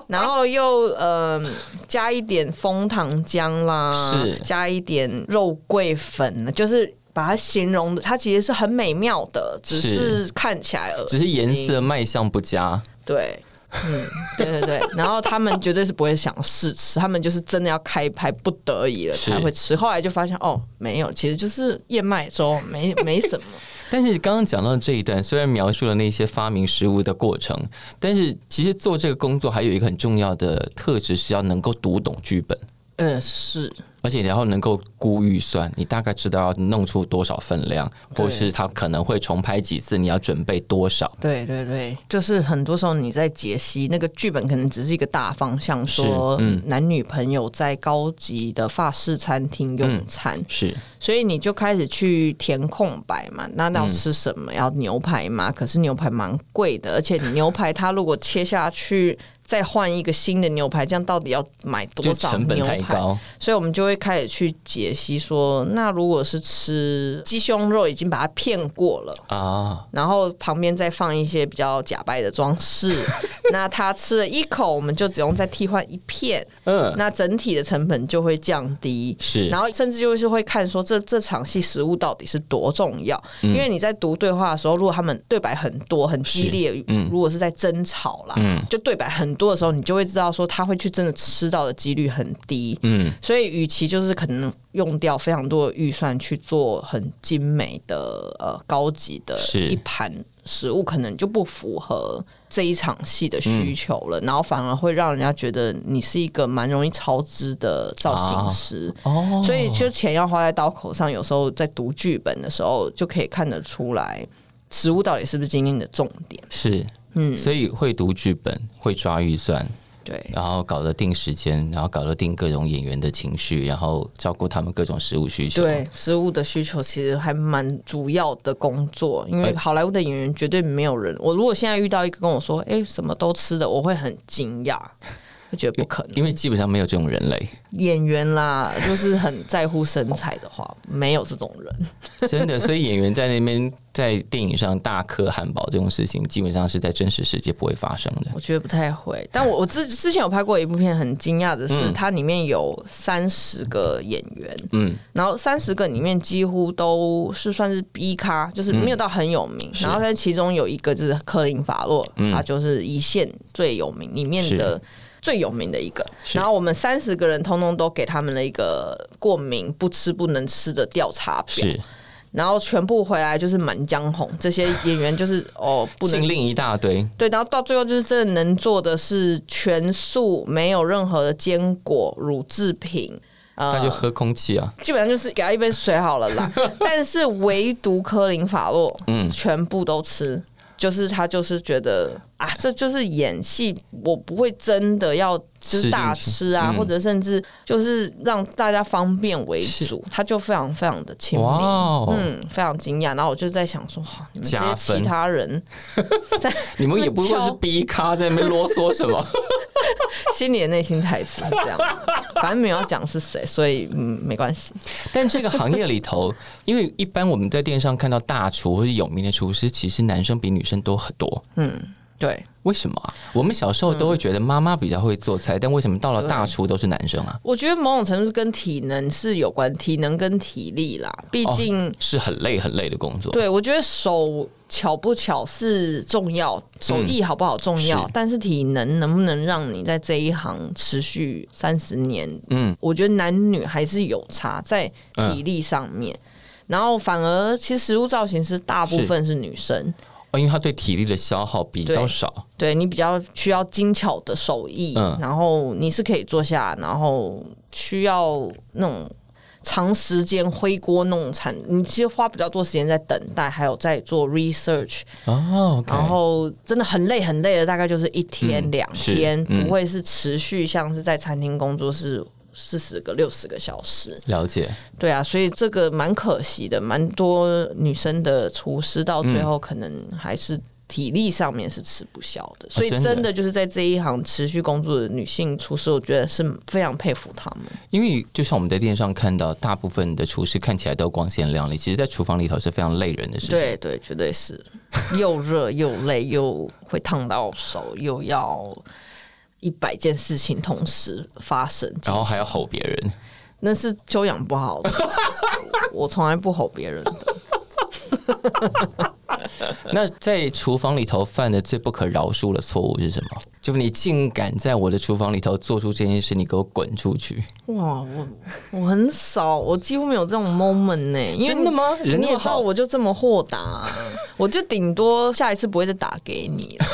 Speaker 3: 然后又嗯、加一点枫糖浆啦，
Speaker 2: 是
Speaker 3: 加一点肉桂粉，就是把它形容的，它其实是很美妙的，只
Speaker 2: 是
Speaker 3: 是看起来而已
Speaker 2: 只是颜色卖相不佳。
Speaker 3: 对。嗯，对 对对，然后他们绝对是不会想试吃，他们就是真的要开拍，不得已了
Speaker 2: 是
Speaker 3: 才会吃。后来就发现哦，没有，其实就是燕麦粥，没没什 么。
Speaker 2: 但是刚刚讲到这一段，虽然描述了那些发明食物的过程，但是其实做这个工作还有一个很重要的特质是要能够读懂剧本，
Speaker 3: 嗯，
Speaker 2: 呃
Speaker 3: 是，
Speaker 2: 而且然后能够估预算，你大概知道要弄出多少分量，
Speaker 3: 对
Speaker 2: 或是它可能会重拍几次，你要准备多少。
Speaker 3: 对对对，就是很多时候你在解析那个剧本，可能只是一个大方向，说
Speaker 2: 嗯
Speaker 3: 男女朋友在高级的法式餐厅
Speaker 2: 嗯
Speaker 3: 用餐，
Speaker 2: 是
Speaker 3: 所以你就开始去填空白嘛。那要吃什么？要牛排吗？
Speaker 2: 嗯
Speaker 3: 可是牛排蛮贵的，而且你牛排它如果切下去。再换一个新的牛排，这样到底要买多
Speaker 2: 就
Speaker 3: 少
Speaker 2: 成本
Speaker 3: 牛
Speaker 2: 太
Speaker 3: 排？
Speaker 2: 高，
Speaker 3: 所以我们就会开始去解析说，那如果是吃鸡胸肉，已经把它片过了，
Speaker 2: 啊，
Speaker 3: 然后旁边再放一些比较假掰的装饰。那他吃了一口，我们就只用再替换一片，
Speaker 2: 嗯，
Speaker 3: 那整体的成本就会降低。
Speaker 2: 是
Speaker 3: 然后甚至就是会看说这这场戏食物到底是多重要，
Speaker 2: 嗯
Speaker 3: 因为你在读对话的时候，如果他们对白很多很激烈，
Speaker 2: 嗯
Speaker 3: 如果是在争吵啦，就对白很多的时候，你就会知道说他会去真的吃到的几率很低，
Speaker 2: 嗯，
Speaker 3: 所以与其就是可能用掉非常多的预算去做很精美的呃高级的
Speaker 2: 是
Speaker 3: 一盘食物，可能就不符合。这一场戏的
Speaker 2: 嗯
Speaker 3: 需求了，然后反而会让人家觉得你是一个蛮容易超支的造型师。
Speaker 2: 哦，
Speaker 3: 所以就钱要花在刀口上，有时候在读剧本的时候就可以看得出来，食物到底是不是今天的重点。
Speaker 2: 是，嗯，所以会读剧本，会抓预算，
Speaker 3: 对，
Speaker 2: 然后搞得定时间，然后搞得定各种演员的情绪，然后照顾他们各种食物需求。
Speaker 3: 对，食物的需求其实还蛮主要的工作，因为好莱坞的演员绝对没有人。我如果现在遇到一个跟我说“哎、什么都吃的”，我会很惊讶， 会觉得不可能。
Speaker 2: 因为基本上没有这种人 类，
Speaker 3: 演员啦，就是很在乎身材的话，没有这种人。
Speaker 2: 真的，所以演员在那边在电影上大颗汉堡这种事情，基本上是在真实世界不会发生的。
Speaker 3: 我觉得不太会。但我我之之前有拍过一部片，很惊讶的是，它里面有三十个演员，
Speaker 2: 嗯，
Speaker 3: 然后三十个里面几乎都是算是 B 咖，
Speaker 2: 嗯
Speaker 3: 就是没有到很有名。然后在其中有一个就是科林法洛，
Speaker 2: 嗯
Speaker 3: 他就是一线最有名里面的。最有名的一个，
Speaker 2: 是
Speaker 3: 然后我们三十个人通通都给他们了一个过敏不吃不能吃的调查表，
Speaker 2: 是
Speaker 3: 然后全部回来就是《满江红》，这些演员就是哦不能
Speaker 2: 禁令一大堆，
Speaker 3: 对，然后到最后就是真的能做的是全素，没有任何的坚果、乳制品，呃
Speaker 2: 那就喝空气啊！
Speaker 3: 基本上就是给他一杯水好了 啦。但是唯独科林法洛，
Speaker 2: 嗯
Speaker 3: 嗯，全部都吃，就是他就是觉得啊，这就是演戏，我不会真的要就
Speaker 2: 吃进
Speaker 3: 是大
Speaker 2: 去
Speaker 3: 吃啊，
Speaker 2: 嗯
Speaker 3: 或者甚至就是让大家方便为主，他就非常非常的亲民。
Speaker 2: 哇哦，
Speaker 3: 嗯，非常惊讶。然后我就在想说，哇，你们这
Speaker 2: 加
Speaker 3: 些
Speaker 2: 分
Speaker 3: 其他人在
Speaker 2: 你们也不
Speaker 3: 那
Speaker 2: 会
Speaker 3: 么
Speaker 2: 是
Speaker 3: 挑
Speaker 2: B 咖在那边啰嗦什么？
Speaker 3: 心里的内心台词是这样，反正没有要讲是谁，所以嗯，没关系。
Speaker 2: 但这个行业里头， 因为一般我们在电视上看到大厨或者有名的厨师，其实男生比女生多很多。
Speaker 3: 对，
Speaker 2: 为什么啊、我们小时候都会觉得妈妈比较会做菜，但为什么到了大厨都是男生啊？
Speaker 3: 我觉得某种程度是跟体能是有关，体能跟体力啦，毕竟、
Speaker 2: 是很累很累的工作。
Speaker 3: 对我觉得手巧不巧是重要，手艺好不好重要，
Speaker 2: 是
Speaker 3: 但嗯是体能能不能让你在这一行持续三十年，
Speaker 2: 嗯，
Speaker 3: 我觉得男女还是有差在体力上面。然后反而，其实食物造型师大部分是女生，
Speaker 2: 哦，因为他对体力的消耗比较少，
Speaker 3: 对你比较需要精巧的手艺，
Speaker 2: 嗯
Speaker 3: 然后你是可以做下，然后需要那种长时间挥锅弄铲，你其实花比较多时间在等待，还有在做 research，
Speaker 2: 哦，OK，
Speaker 3: 然后真的很累很累的，大概就是一天
Speaker 2: 嗯
Speaker 3: 两、
Speaker 2: 是
Speaker 3: 天，
Speaker 2: 嗯
Speaker 3: 不会是持续像是在餐厅工作是四十个六十个小时，
Speaker 2: 了解，
Speaker 3: 对啊，所以这个蛮可惜的，蛮多女生的厨师到最后可能还是体力上面是吃不消的，所以
Speaker 2: 啊真的
Speaker 3: 真的就是在这一行持续工作的女性厨师，我觉得是非常佩服她们。
Speaker 2: 因为就像我们在电视上看到，大部分的厨师看起来都光鲜亮丽，其实，在厨房里头是非常累人的事情。
Speaker 3: 对对，绝对是， 又热又累，又会烫到手，又要一百件事情同时发生，
Speaker 2: 然后还要吼别人，
Speaker 3: 那是修养不好的。 我从来不吼别人的，
Speaker 2: 那在厨房里头犯的最不可饶恕的错误是什么？就你竟敢在我的厨房里头做出这件事，你给我滚出去！
Speaker 3: 哇，我我很少，我几乎没有这种 moment 呢、因为
Speaker 2: 真的吗人
Speaker 3: 你
Speaker 2: 那么
Speaker 3: 也知道，
Speaker 2: 好嗯
Speaker 3: 我就这么豁达啊、我就顶多下一次不会再打给你了。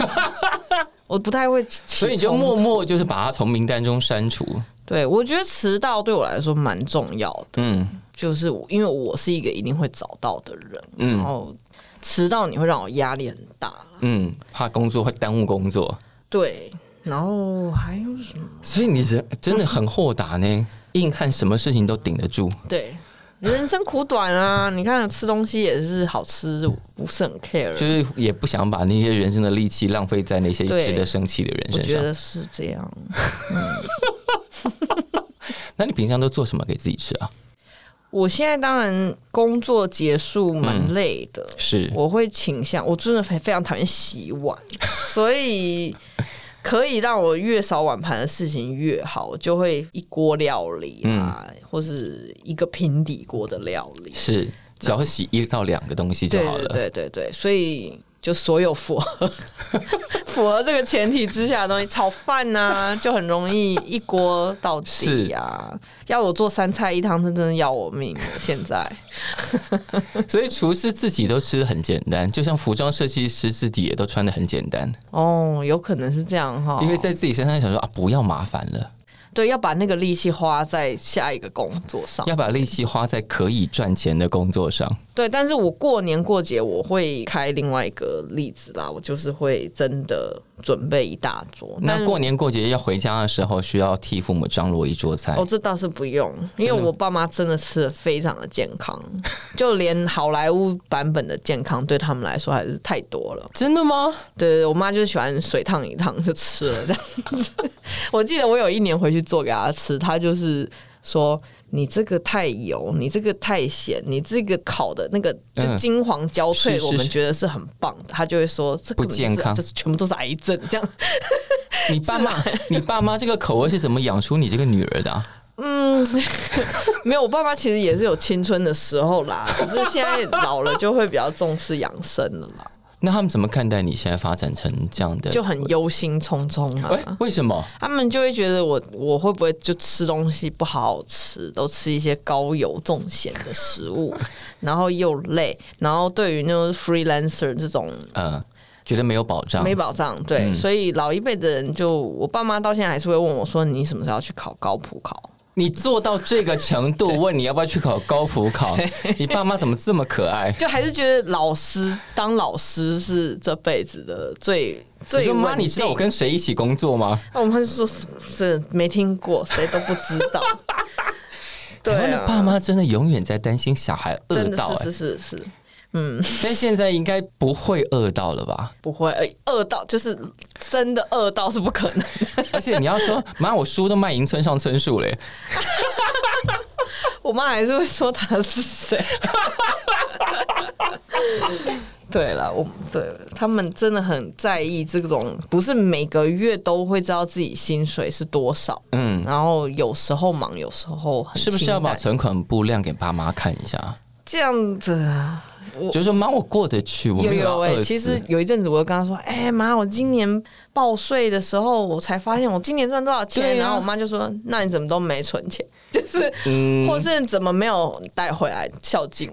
Speaker 3: 我不太会起冲突，
Speaker 2: 所以你就默默就是把他从名单中删除。
Speaker 3: 对我觉得迟到对我来说蛮重要的，
Speaker 2: 嗯，
Speaker 3: 就是我因为我是一个一定会早到的人，然后迟到你会让我压力很大，
Speaker 2: 嗯，怕工作会耽误工作，
Speaker 3: 对，然后还有什么？
Speaker 2: 所以你人真的很豁达呢，硬汉什么事情都顶得住。
Speaker 3: 对。人生苦短啊，你看吃东西也是好吃，我不是很 care，
Speaker 2: 就是也不想把那些人生的力气浪费在那些
Speaker 3: 对
Speaker 2: 值得生气的人
Speaker 3: 我
Speaker 2: 身
Speaker 3: 觉
Speaker 2: 上。
Speaker 3: 得是这样。
Speaker 2: 那你平常都做什么给自己吃啊？
Speaker 3: 我现在当然工作结束蛮累的，
Speaker 2: 嗯是
Speaker 3: 我会倾向，我真的非非常讨厌洗碗，所以可以让我越少碗盘的事情越好，我就会一锅料理啊，或是一个平底锅的料理，
Speaker 2: 是，只要洗一到两个东西就
Speaker 3: 对
Speaker 2: 好了。
Speaker 3: 对对对对，所以。就所有符合符合这个前提之下的东西，炒饭呐、就很容易一锅到底啊。要我做三菜一汤，真的要我命了。现在
Speaker 2: 所以厨师自己都吃的很简单，就像服装设计师自己也都穿的很简单，
Speaker 3: 哦，有可能是这样哈，
Speaker 2: 因为在自己身上想说啊，不要麻烦了，
Speaker 3: 对要把那个力气花在下一个工作上。
Speaker 2: 要把力气花在可以赚钱的工作上。
Speaker 3: 对，但是我过年过节我会开另外一个例子啦，我就是会真的准备一大桌。但
Speaker 2: 那
Speaker 3: 是
Speaker 2: 过年过节要回家的时候，需要替父母张罗一桌菜
Speaker 3: 哦，，这倒是不用，因为我爸妈真的吃的非常的健康，就连好莱坞版本的健康对他们来说还是太多了。
Speaker 2: 真的吗？
Speaker 3: 对对，对我妈就是喜欢水烫一烫就吃了这样子。我记得我有一年回去做给她吃，她就是说。你这个太油，你这个太咸，你这个烤的那个就
Speaker 2: 嗯
Speaker 3: 金黄焦脆，
Speaker 2: 是是
Speaker 3: 我们
Speaker 2: 是
Speaker 3: 觉得是很棒的。她就会说这
Speaker 2: 不
Speaker 3: 根本就是
Speaker 2: 健康
Speaker 3: 就是全部都是癌症这样。
Speaker 2: 你爸 妈，你爸妈这个口味是怎么养出你这个女儿的啊、
Speaker 3: 没有，我爸妈其实也是有青春的时候啦，只是现在老了就会比较重视养生了啦，
Speaker 2: 那他们怎么看待你现在发展成这样的？
Speaker 3: 就很忧心忡忡
Speaker 2: 喂
Speaker 3: 啊。
Speaker 2: 为什么？
Speaker 3: 他们就会觉得我我会不会就吃东西不好好吃，都吃一些高油重咸的食 物，然后又累，然后对于那种 freelancer 这种
Speaker 2: 呃，觉得没有保障，
Speaker 3: 没保障，对，
Speaker 2: 嗯
Speaker 3: 所以老一辈的人就我爸妈到现在还是会问我说你什么时候要去考高普考？
Speaker 2: 你做到这个程 度，问你要不要去考高普考？你爸妈怎么这么可爱？
Speaker 3: 就还是觉得老师当老师是这辈子的最
Speaker 2: 你
Speaker 3: 最
Speaker 2: 说妈，
Speaker 3: 稳定。
Speaker 2: 你知道我跟谁一起工作吗？
Speaker 3: 啊我们就说是是没听过，谁都不知道。 对、
Speaker 2: 台湾
Speaker 3: 啊
Speaker 2: 的，爸妈真的永远在担心小孩饿
Speaker 3: 真的
Speaker 2: 到、
Speaker 3: 是
Speaker 2: 欸，
Speaker 3: 是是是
Speaker 2: 但现在应该不会饿到了 吧？
Speaker 3: 不会呃饿到，就是真的饿到是不可能。
Speaker 2: 而且你要说妈，我书都卖迎村上春树嘞，
Speaker 3: 我妈还是会说她是 谁。对了，我对他们真的很在意这种，不是每个月都会知道自己薪水是多少，嗯，然后有时候忙，有时候很
Speaker 2: 是不是要
Speaker 3: 清淡
Speaker 2: 把存款簿亮给爸妈看一下？
Speaker 3: 这样子啊？我
Speaker 2: 就是说妈，我过得去，我
Speaker 3: 有
Speaker 2: 没
Speaker 3: 有哎、
Speaker 2: 饿死。
Speaker 3: 其实有一阵子我就跟他说：“哎、妈，我今年报税的时候，我才发现我今年赚多少钱。
Speaker 2: 对啊
Speaker 3: 然后我妈就说：“那你怎么都没存钱？ 就是，
Speaker 2: 嗯
Speaker 3: 或是怎么没有带回来孝敬？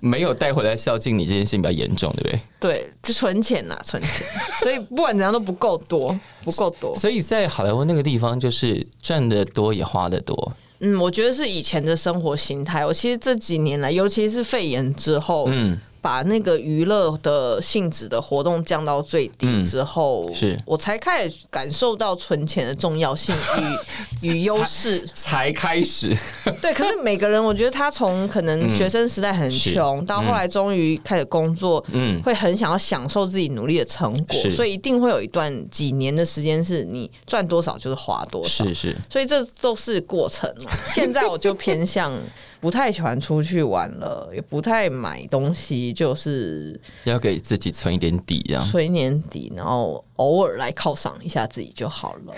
Speaker 2: 没有带回来孝敬你这件事情比较严重，对不对？
Speaker 3: 对，就存钱呐、存钱。 所以不管怎样都不够多，不够多。
Speaker 2: 所以在好莱坞那个地方，就是赚的多也花的多，
Speaker 3: 嗯，我觉得是以前的生活形态。我其实这几年来，尤其是肺炎之后，嗯，把那个娱乐的性质的活动降到最低之后，
Speaker 2: 嗯是
Speaker 3: 我才开始感受到存钱的重要性 与与优势。
Speaker 2: 才开始。
Speaker 3: 对，可是每个人，我觉得他从可能
Speaker 2: 嗯
Speaker 3: 学生时代很穷，到后来终于开始工作，嗯，会很想要享受自己努力的成果，
Speaker 2: 是
Speaker 3: 所以一定会有一段几年的时间是你赚多少就是花多少。
Speaker 2: 是是，
Speaker 3: 所以这都是过程 嘛。现在我就偏向不太喜欢出去玩了，也不太买东西，就是
Speaker 2: 要给自己存一点底，这样。
Speaker 3: 催年底，然后偶尔来犒赏一下自己就好 了。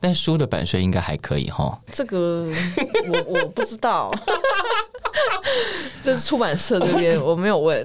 Speaker 2: 但书的版税应该还可以哈。
Speaker 3: 这个我我不知道， 这是出版社这边我没有问。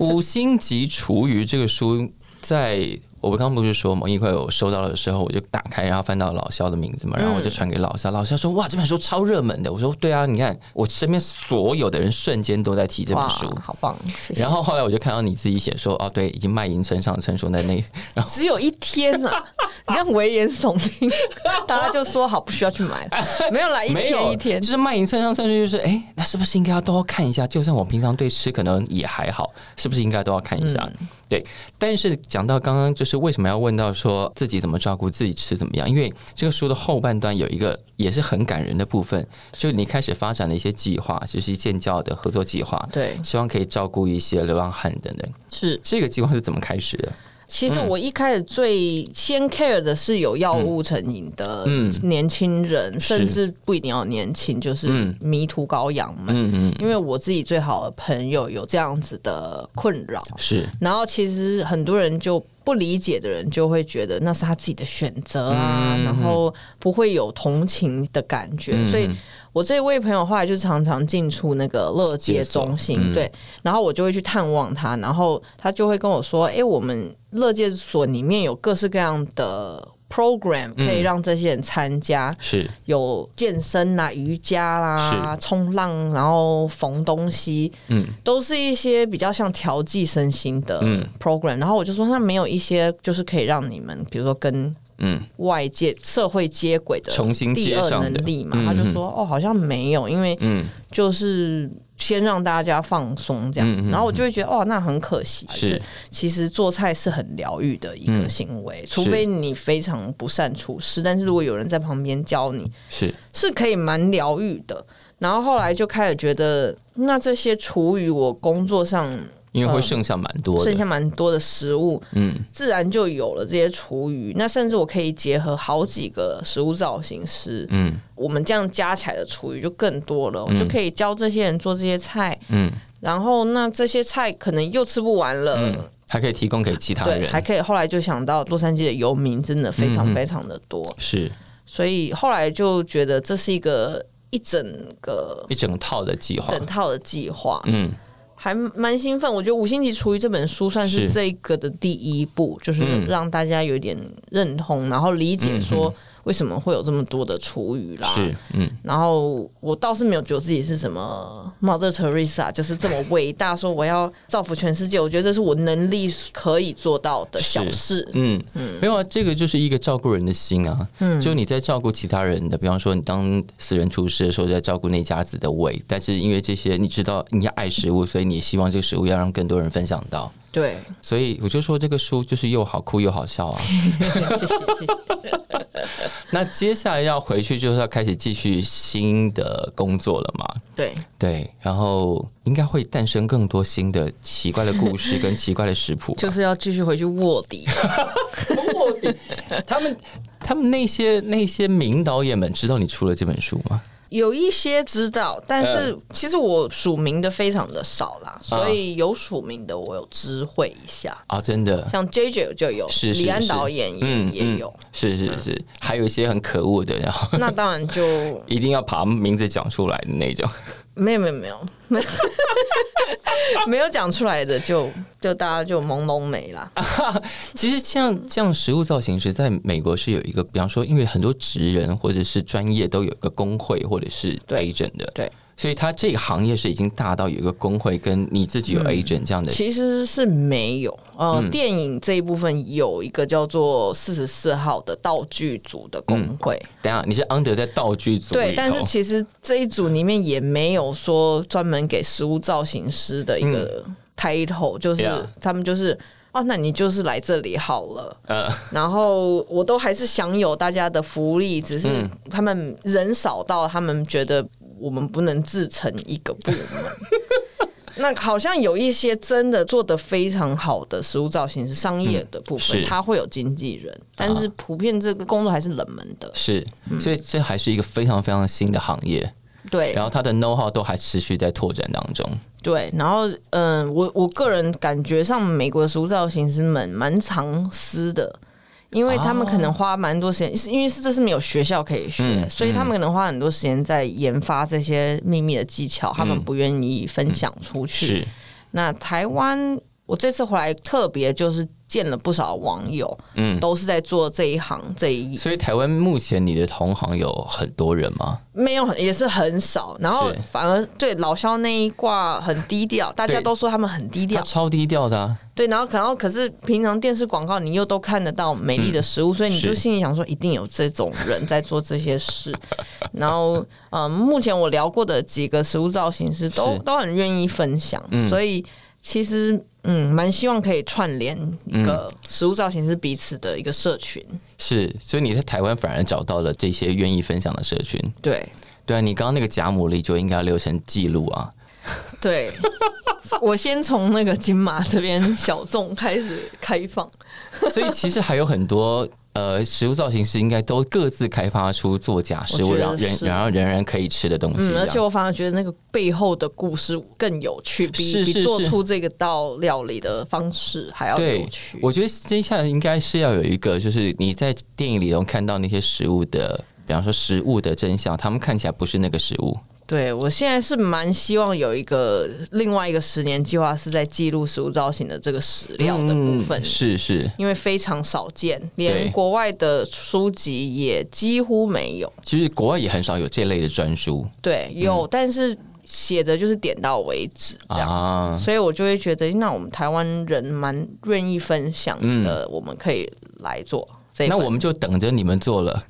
Speaker 2: 五星级厨余这个书，在我刚刚不是说嘛，因为我收到的时候，我就打开，然后翻到老肖的名字嘛，然后我就传给老肖，老肖说：“哇，这本书超热门的。”我说：“对啊，你看我身边所有的人瞬间都在提这本
Speaker 3: 哇
Speaker 2: 书。”，
Speaker 3: 好棒！谢谢。
Speaker 2: 然后后来我就看到你自己写说，哦，对，已经卖淫村上春树在那，然后
Speaker 3: 只有一天啊！你看危言耸听， 大家就说好不需要去买了， 没有啦，一
Speaker 2: 没有
Speaker 3: 天一天
Speaker 2: 就。是卖淫村上春树，就是哎，那是不是应该要都要看一下？就算我平常对吃可能也还好，是不是应该都要看一下？
Speaker 3: 嗯
Speaker 2: 对。但是讲到刚刚，就是为什么要问到说自己怎么照顾自己吃怎么样？因为这个书的后半段有一个也是很感人的部分，就你开始发展的一些计划，就是建教的合作计划，
Speaker 3: 对
Speaker 2: 希望可以照顾一些流浪汉等等。
Speaker 3: 是
Speaker 2: 这个计划是嗯怎么开始的？
Speaker 3: 其实我一开始最先 care 的是有药
Speaker 2: 嗯
Speaker 3: 物成瘾的年轻人，甚至不一定要年轻，就是
Speaker 2: 嗯
Speaker 3: 迷途羔羊们。因为我自己最好的朋友有这样子的困扰，
Speaker 2: 是
Speaker 3: 然后其实很多人就不理解的人就会觉得那是他自己的选择啊，然后不会有同情的感觉，所以。我这位朋友后来就常常进出那个乐街中心，对，然后我就会去探望他，然后他就会跟我说：“哎、我们乐界所里面有各式各样的 program 可以让这些人参加，
Speaker 2: 是，
Speaker 3: 有健身啦、瑜伽啦、冲浪，然后缝东西，嗯，都是一些比较像调剂身心的
Speaker 2: 嗯
Speaker 3: program、然后我就说，那没有一些就是可以让你们，比如说跟
Speaker 2: 嗯。
Speaker 3: 外界社会接轨的
Speaker 2: 重新
Speaker 3: 第
Speaker 2: 接
Speaker 3: 二
Speaker 2: 上的
Speaker 3: 能力嘛？他就说，哦，好像没有，因为
Speaker 2: 嗯
Speaker 3: 就是先让大家放松这样，
Speaker 2: 嗯嗯嗯
Speaker 3: 然后我就会觉得哇，那很可惜。啊
Speaker 2: 是
Speaker 3: 就其实做菜是很疗愈的一个
Speaker 2: 嗯
Speaker 3: 行为，除非你非常不善厨师，但是如果有人在旁边教你，
Speaker 2: 是
Speaker 3: 是可以蛮疗愈的。然后后来就开始觉得，那这些厨余我工作上
Speaker 2: 因为会剩下蛮多
Speaker 3: 嗯剩
Speaker 2: 的，
Speaker 3: 下蛮多的食物，
Speaker 2: 嗯，
Speaker 3: 自然就有了这些厨余。那甚至我可以结合好几个食物造型师，
Speaker 2: 嗯
Speaker 3: 我们这样加起来的厨余就更多了，我就可以教这些人做这些菜。
Speaker 2: 嗯，
Speaker 3: 然后那这些菜可能又吃不完了，
Speaker 2: 还可以提供给其他
Speaker 3: 对，还
Speaker 2: 人，
Speaker 3: 可以。后来就想到洛杉矶的游民真的非
Speaker 2: 嗯
Speaker 3: 常非常的多，
Speaker 2: 是
Speaker 3: 所以后来就觉得这是一个一整个
Speaker 2: 一整套的计划，
Speaker 3: 整套的计划，
Speaker 2: 嗯
Speaker 3: 还蛮兴奋。我觉得《五星级厨余》这本书算是
Speaker 2: 是
Speaker 3: 这个的第一步，就是
Speaker 2: 嗯
Speaker 3: 让大家有点认同，然后理解说为什么会有这么多的厨余啦。
Speaker 2: 是嗯
Speaker 3: 然后我倒是没有觉得自己是什么 Mother Teresa，就是这么伟大，说我要造福全世界。我觉得这是我能力可以做到的小事。
Speaker 2: 嗯嗯，没有啊，这个就是一个照顾人的心啊，嗯，就你在照顾其他人的，比方说你当私人厨师的时候在照顾那家子的胃，但是因为这些你知道你要爱食物，所以你也希望这个食物要让更多人分享到，
Speaker 3: 对，
Speaker 2: 所以我就说这个书就是又好哭又好笑 啊。
Speaker 3: 谢谢谢谢。
Speaker 2: 那接下来要回去就是要开始继续新的工作了嘛？
Speaker 3: 对，
Speaker 2: 对，然后应该会诞生更多新的奇怪的故事跟奇怪的食谱吧。
Speaker 3: 就是要继续回去卧底。
Speaker 2: 他们他们那些那些名导演们知道你出了这本书吗？
Speaker 3: 有一些知道，但
Speaker 2: 嗯
Speaker 3: 是其实我署名的非常的少啦，所以有署名的我有知会一下，
Speaker 2: 啊，真的。
Speaker 3: 像 J J 就有，
Speaker 2: 是是
Speaker 3: 李安导演也、也有，
Speaker 2: 嗯，是是是，还有一些很可恶的，然后
Speaker 3: 那当然就
Speaker 2: 一定要把名字讲出来的那种。
Speaker 3: 没有没有没有没有 没有讲出来的就就大家就朦胧美啦，
Speaker 2: 啊其实像这样食物造型师，在美国是有一个，比方说，因为很多职人或者是专业都有一个工会或者是
Speaker 3: 对
Speaker 2: agent 的，
Speaker 3: 对，
Speaker 2: 所以他这个行业是已经大到有一个工会跟你自
Speaker 3: 嗯
Speaker 2: 己有 agent 这样的，
Speaker 3: 其实是没有。呃，
Speaker 2: 嗯
Speaker 3: 电影这一部分有一个叫做四十四号的道具组的工会，
Speaker 2: 等一下你是 under 在道具组
Speaker 3: 对，
Speaker 2: 里头
Speaker 3: 但是其实这一组里面也没有说专门给食物造型师的一个 title，、就是
Speaker 2: 嗯 Yeah
Speaker 3: 他们就是哦，那你就是来这里好了。
Speaker 2: 呃
Speaker 3: 然后我都还是享有大家的福利，只
Speaker 2: 嗯
Speaker 3: 是他们人少到他们觉得我们不能自成一个部门。那好像有一些真的做的非常好的食物造型是商业的部分，
Speaker 2: 嗯是啊
Speaker 3: 他会有经纪人，但是普遍这个工作还是冷门的。
Speaker 2: 是，所以这还是一个非常非常新的行业，
Speaker 3: 嗯对，
Speaker 2: 然后它的 know how 都还持续在拓展当中，
Speaker 3: 对，然后嗯，我我个人感觉上，美国的食物造型师们蛮藏私的，因为他们可能花蛮多时间，是因为是这是没有学校可以学，
Speaker 2: 嗯
Speaker 3: 所以他们可能花很多时间在研发这些秘密的技巧，他们不愿意分享出去。
Speaker 2: 嗯是
Speaker 3: 那台湾，我这次回来特别就是见了不少网友，嗯，都是在做这一行这一
Speaker 2: 所以台湾目前你的同行有很多人吗？
Speaker 3: 没有，也是很少，然后
Speaker 2: 是
Speaker 3: 反而对老肖那一挂很低调，大家
Speaker 2: 对
Speaker 3: 都说他们很低调
Speaker 2: 他。超低调的、啊，
Speaker 3: 对，然后可然后可是平常电视广告你又都看得到美丽的食物，所以你嗯就是心里想说，一定有这种人在做这些事。然后，嗯，目前我聊过的几个食物造型师都
Speaker 2: 是
Speaker 3: 都很愿意分享，所以其实嗯，蛮希望可以串联一个食物造型师彼此的一个社群。
Speaker 2: 是，所以你在台湾反而找到了这些愿意分享的社群。
Speaker 3: 对
Speaker 2: 对啊，你刚刚那个贾母力就应该留成记录啊。
Speaker 3: 对，我先从那个金马这边小众开始开放。
Speaker 2: 所以其实还有很多呃，食物造型师应该都各自开发出做假食物，
Speaker 3: 我觉得
Speaker 2: 让人
Speaker 3: 是
Speaker 2: 然后人人可以吃的东西
Speaker 3: 嗯，
Speaker 2: 这
Speaker 3: 而
Speaker 2: 样。
Speaker 3: 且我反而觉得那个背后的故事更有趣，比
Speaker 2: 是
Speaker 3: 比
Speaker 2: 是
Speaker 3: 做
Speaker 2: 是
Speaker 3: 出这个道料理的方式还要有
Speaker 2: 对
Speaker 3: 趣，。
Speaker 2: 我觉得接下来应该是要有一个，就是你在电影里头看到那些食物的，比方说食物的真相，他们看起来不是那个食物。
Speaker 3: 对我现在是蛮希望有一个另外一个十年计划是在记录食物造型的这个史料的部分。
Speaker 2: 嗯、是是，
Speaker 3: 因为非常少见，连
Speaker 2: 对
Speaker 3: 国外的书籍也几乎没有。
Speaker 2: 其实国外也很少有这类的专书
Speaker 3: 对，有，但是写的就是点到为止这样。
Speaker 2: 啊。
Speaker 3: 所以我就会觉得，那我们台湾人蛮愿意分享的，我们可以来做这一
Speaker 2: 嗯那
Speaker 3: 本
Speaker 2: 我们就等着你们做了，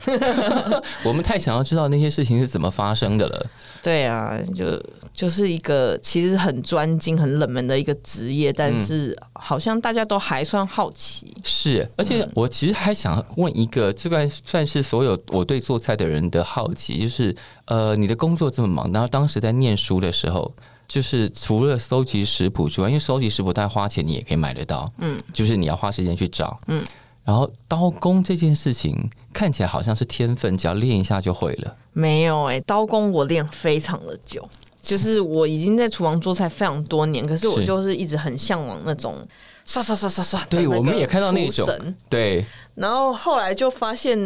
Speaker 2: 我们太想要知道那些事情是怎么发生的了。
Speaker 3: 对啊，就就是一个其实很专精、很冷门的一个职业，但
Speaker 2: 嗯
Speaker 3: 是好像大家都还算好奇。
Speaker 2: 是，而
Speaker 3: 嗯
Speaker 2: 且我其实还想问一个，这个算是所有我对做菜的人的好奇，就是呃，你的工作这么忙，然后当时在念书的时候，就是除了搜集食谱之外，因为搜集食谱大家花钱你也可以买得到，嗯，就是你要花时间去找，嗯，然后刀工这件事情看起来好像是天分，只要练一下就会了，
Speaker 3: 没有哎、刀工我练非常的久，就是我已经在厨房做菜非常多年，可是我
Speaker 2: 是
Speaker 3: 就是一直很向往那种刷刷刷刷刷的
Speaker 2: 对
Speaker 3: 那个
Speaker 2: 我们也看到那种
Speaker 3: 厨神
Speaker 2: 对，
Speaker 3: 然后后来就发现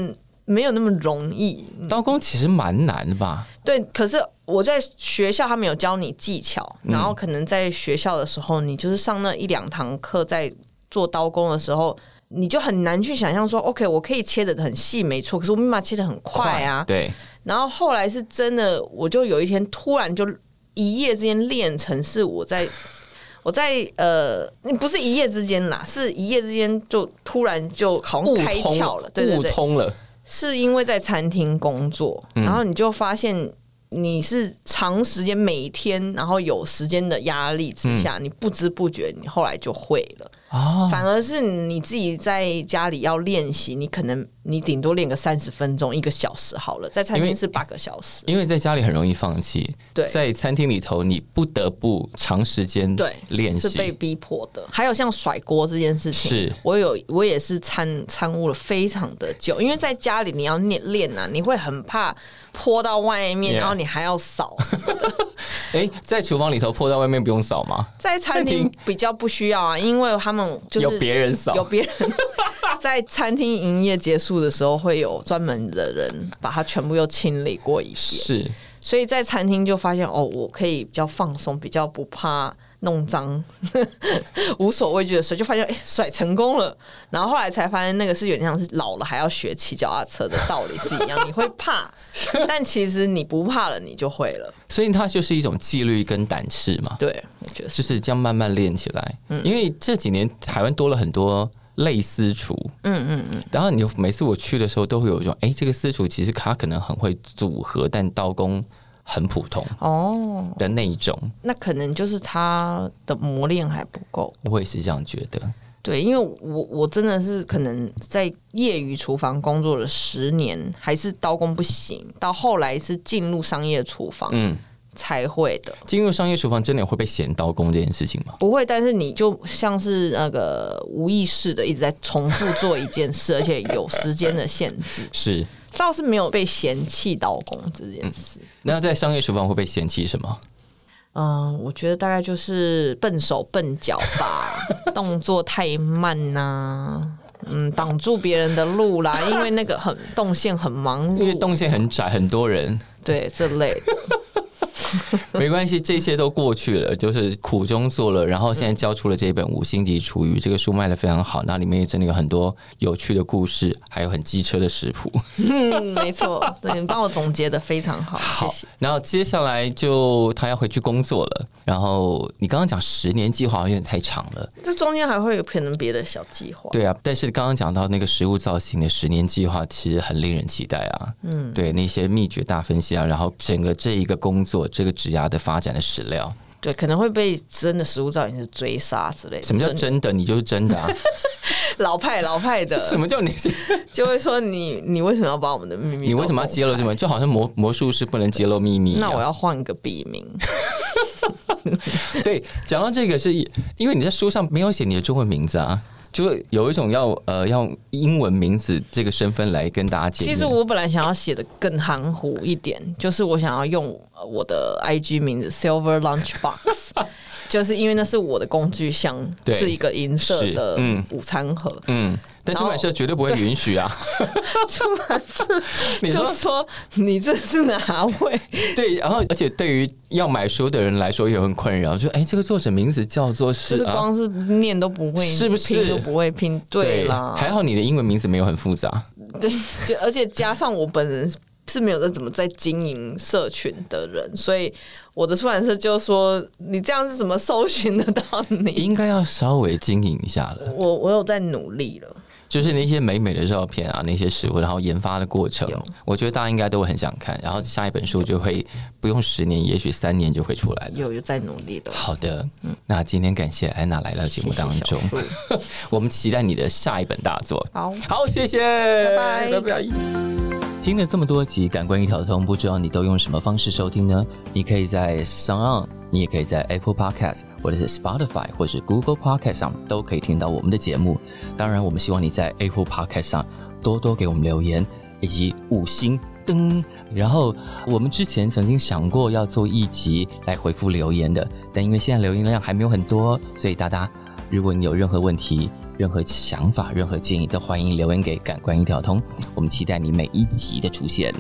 Speaker 3: 没有那么容易。
Speaker 2: 刀工其实蛮难的吧，
Speaker 3: 对，可是我在学校他们有教你技巧，然后可能在学校的时候，你就是上那一两堂课，在做刀工的时候，你就很难去想象说，OK，我可以切的很细，没错，可是我没办法切的很快啊。
Speaker 2: 对，
Speaker 3: 然后后来是真的，我就有一天突然就一夜之间练成是我在 我在呃，不是一夜之间啦，是一夜之间就突然就好像
Speaker 2: 悟
Speaker 3: 开
Speaker 2: 通
Speaker 3: 窍了，对对
Speaker 2: 悟
Speaker 3: 对，
Speaker 2: 通了，
Speaker 3: 是因为在餐厅工作，
Speaker 2: 嗯
Speaker 3: 然后你就发现你是长时间每天，然后有时间的压力之
Speaker 2: 嗯
Speaker 3: 下，你不知不觉你后来就会了。
Speaker 2: 啊，
Speaker 3: 反而是你自己在家里要练习，你可能你顶多练个三十分钟、一个小时好了，在餐
Speaker 2: 因为
Speaker 3: 厅是八个小时。
Speaker 2: 因为在家里很容易放弃，
Speaker 3: 对
Speaker 2: 在餐厅里头你不得不长时间
Speaker 3: 对，
Speaker 2: 练
Speaker 3: 是被
Speaker 2: 习，
Speaker 3: 逼迫的。还有像甩锅这件事情，
Speaker 2: 是
Speaker 3: 我有我也是参参悟了非常的久，因为在家里你要练练啊，你会很怕泼到外面
Speaker 2: Yeah
Speaker 3: 然后你还要扫。
Speaker 2: 哎、在厨房里头泼到外面不用扫吗？
Speaker 3: 在餐厅比较不需要啊，因为他们就是
Speaker 2: 有别人扫
Speaker 3: 有 别人在餐厅营业结束的时候会有专门的人把它全部又清理过一遍，
Speaker 2: 是
Speaker 3: 所以在餐厅就发现哦，我可以比较放松，比较不怕。弄脏， 无所畏惧的甩，就发现哎、甩成功了。然后后来才发现，那个是有点像是老了还要学骑脚踏车的道理是一样，你会 怕，但其实你不怕了，你就会了。
Speaker 2: 所以它就是一种纪律跟胆识嘛，
Speaker 3: 对，我觉得是
Speaker 2: 就是这样慢慢练起来。
Speaker 3: 嗯
Speaker 2: 因为这几年台湾多了很多类私厨，嗯嗯嗯，然后你就每次我去的时候都会有一种，哎、这个私厨其实他可能很会组合，但刀工很普通
Speaker 3: 哦。
Speaker 2: 的那一种，
Speaker 3: 那可能就是他的磨练还不够。
Speaker 2: 我也是这样觉得。
Speaker 3: 对，因为我我真的是可能在业余厨房工作了十年，还是刀工不行，到后来是进入商业厨房，
Speaker 2: 嗯
Speaker 3: 才会的。
Speaker 2: 进入商业厨房，真的会被嫌刀工这件事情吗？
Speaker 3: 不会，但是你就像是那个无意识的一直在重复做一件事，而且有时间的限制，
Speaker 2: 是。
Speaker 3: 倒是没有被嫌弃刀工这件事。
Speaker 2: 那在商业厨房会被嫌弃什么？
Speaker 3: 嗯，我觉得大概就是笨手笨脚吧， 动作太慢呐、嗯，挡住别人的路啦，因为那个很动线很忙
Speaker 2: 因为
Speaker 3: 碌，
Speaker 2: 动线很窄，很多人
Speaker 3: 对这类的，
Speaker 2: 没关系，这些都过去了，就是苦中作乐。然后现在交出了这本《五星级厨余》，这个书卖的非常好，那里面也真的有很多有趣的故事，还有很机车的食谱。
Speaker 3: 嗯，没错，对你帮我总结的非常好，
Speaker 2: 好
Speaker 3: 谢谢。，
Speaker 2: 然后接下来就他要回去工作了。然后你刚刚讲十年计划有点太长了，
Speaker 3: 这中间还会有可能别的小计划，
Speaker 2: 对啊，但是刚刚讲到那个食物造型的十年计划，其实很令人期待啊。嗯，对，那些秘诀大分析啊，然后整个这一个工作，这个职涯的发展的史料，
Speaker 3: 对，可能会被真的食物造型师追杀之类的，
Speaker 2: 什么叫
Speaker 3: 就是
Speaker 2: 真的？你就是真 的啊！
Speaker 3: 老派老派
Speaker 2: 什
Speaker 3: 的，
Speaker 2: 么叫你？
Speaker 3: 就会说你你为什么要把我们的秘密？
Speaker 2: 你为什么要揭露？这啊么？就好像魔魔术师不能揭露秘密一样。
Speaker 3: 那我要换个笔名，
Speaker 2: 对讲到这个是，因为你在书上没有写你的中文名字啊，就有一种要呃要用英文名字这个身份来跟大家解释。
Speaker 3: 其实我本来想要写的更含糊一点， 就是我想要用呃我的 IG 名字 Silver Lunchbox，就是 因为那是我的工具箱，
Speaker 2: 对
Speaker 3: 是一个银色
Speaker 2: 是
Speaker 3: 的
Speaker 2: 嗯
Speaker 3: 午餐盒。
Speaker 2: 嗯，但出版社绝对不会允许啊！
Speaker 3: 出版社
Speaker 2: 你
Speaker 3: 就
Speaker 2: 说
Speaker 3: 说你这是哪位？
Speaker 2: 对，然后而且对于要买书的人来说也很困扰，就哎，这个作者名字叫做是、
Speaker 3: 就
Speaker 2: 啊、
Speaker 3: 是光是念都不会，
Speaker 2: 是不是
Speaker 3: 拼都不会拼？对啦，
Speaker 2: 还好你的英文名字没有很复杂，
Speaker 3: 对，就而且加上我本人是没有在怎么在经营社群的人，所以我的出版社就说你这样是怎么搜寻得到你？
Speaker 2: 应该要稍微经营一下了。
Speaker 3: 我我有在努力了，
Speaker 2: 就是那些美美的照片啊，那些食物，然后研发的过程，我觉得大家应该都会很想看。然后下一本书就会不用十年，也许三年就会出来了。
Speaker 3: 有有在努力了。
Speaker 2: 好的，那今天感谢安娜来到节目当中，
Speaker 3: 谢谢小
Speaker 2: 我们期待你的下一本大作。
Speaker 3: 好
Speaker 2: 好，谢谢，
Speaker 3: 拜
Speaker 2: 拜
Speaker 3: 拜
Speaker 2: 拜。听了这么多集《感官一条通》，不知道你都用什么方式收听呢？你可以在 s o n On，你也可以在 Apple Podcast 或者是 Spotify 或是 Google Podcast 上都可以听到我们的节目。当然，我们希望你在 Apple Podcast 上多多给我们留言以及五星。噔，然后我们之前曾经想过要做一集来回复留言的，但因为现在留言量还没有很多，所以大家如果你有任何问题、任何想法、任何建议，都欢迎留言给感官一条通。我们期待你每一集的出现。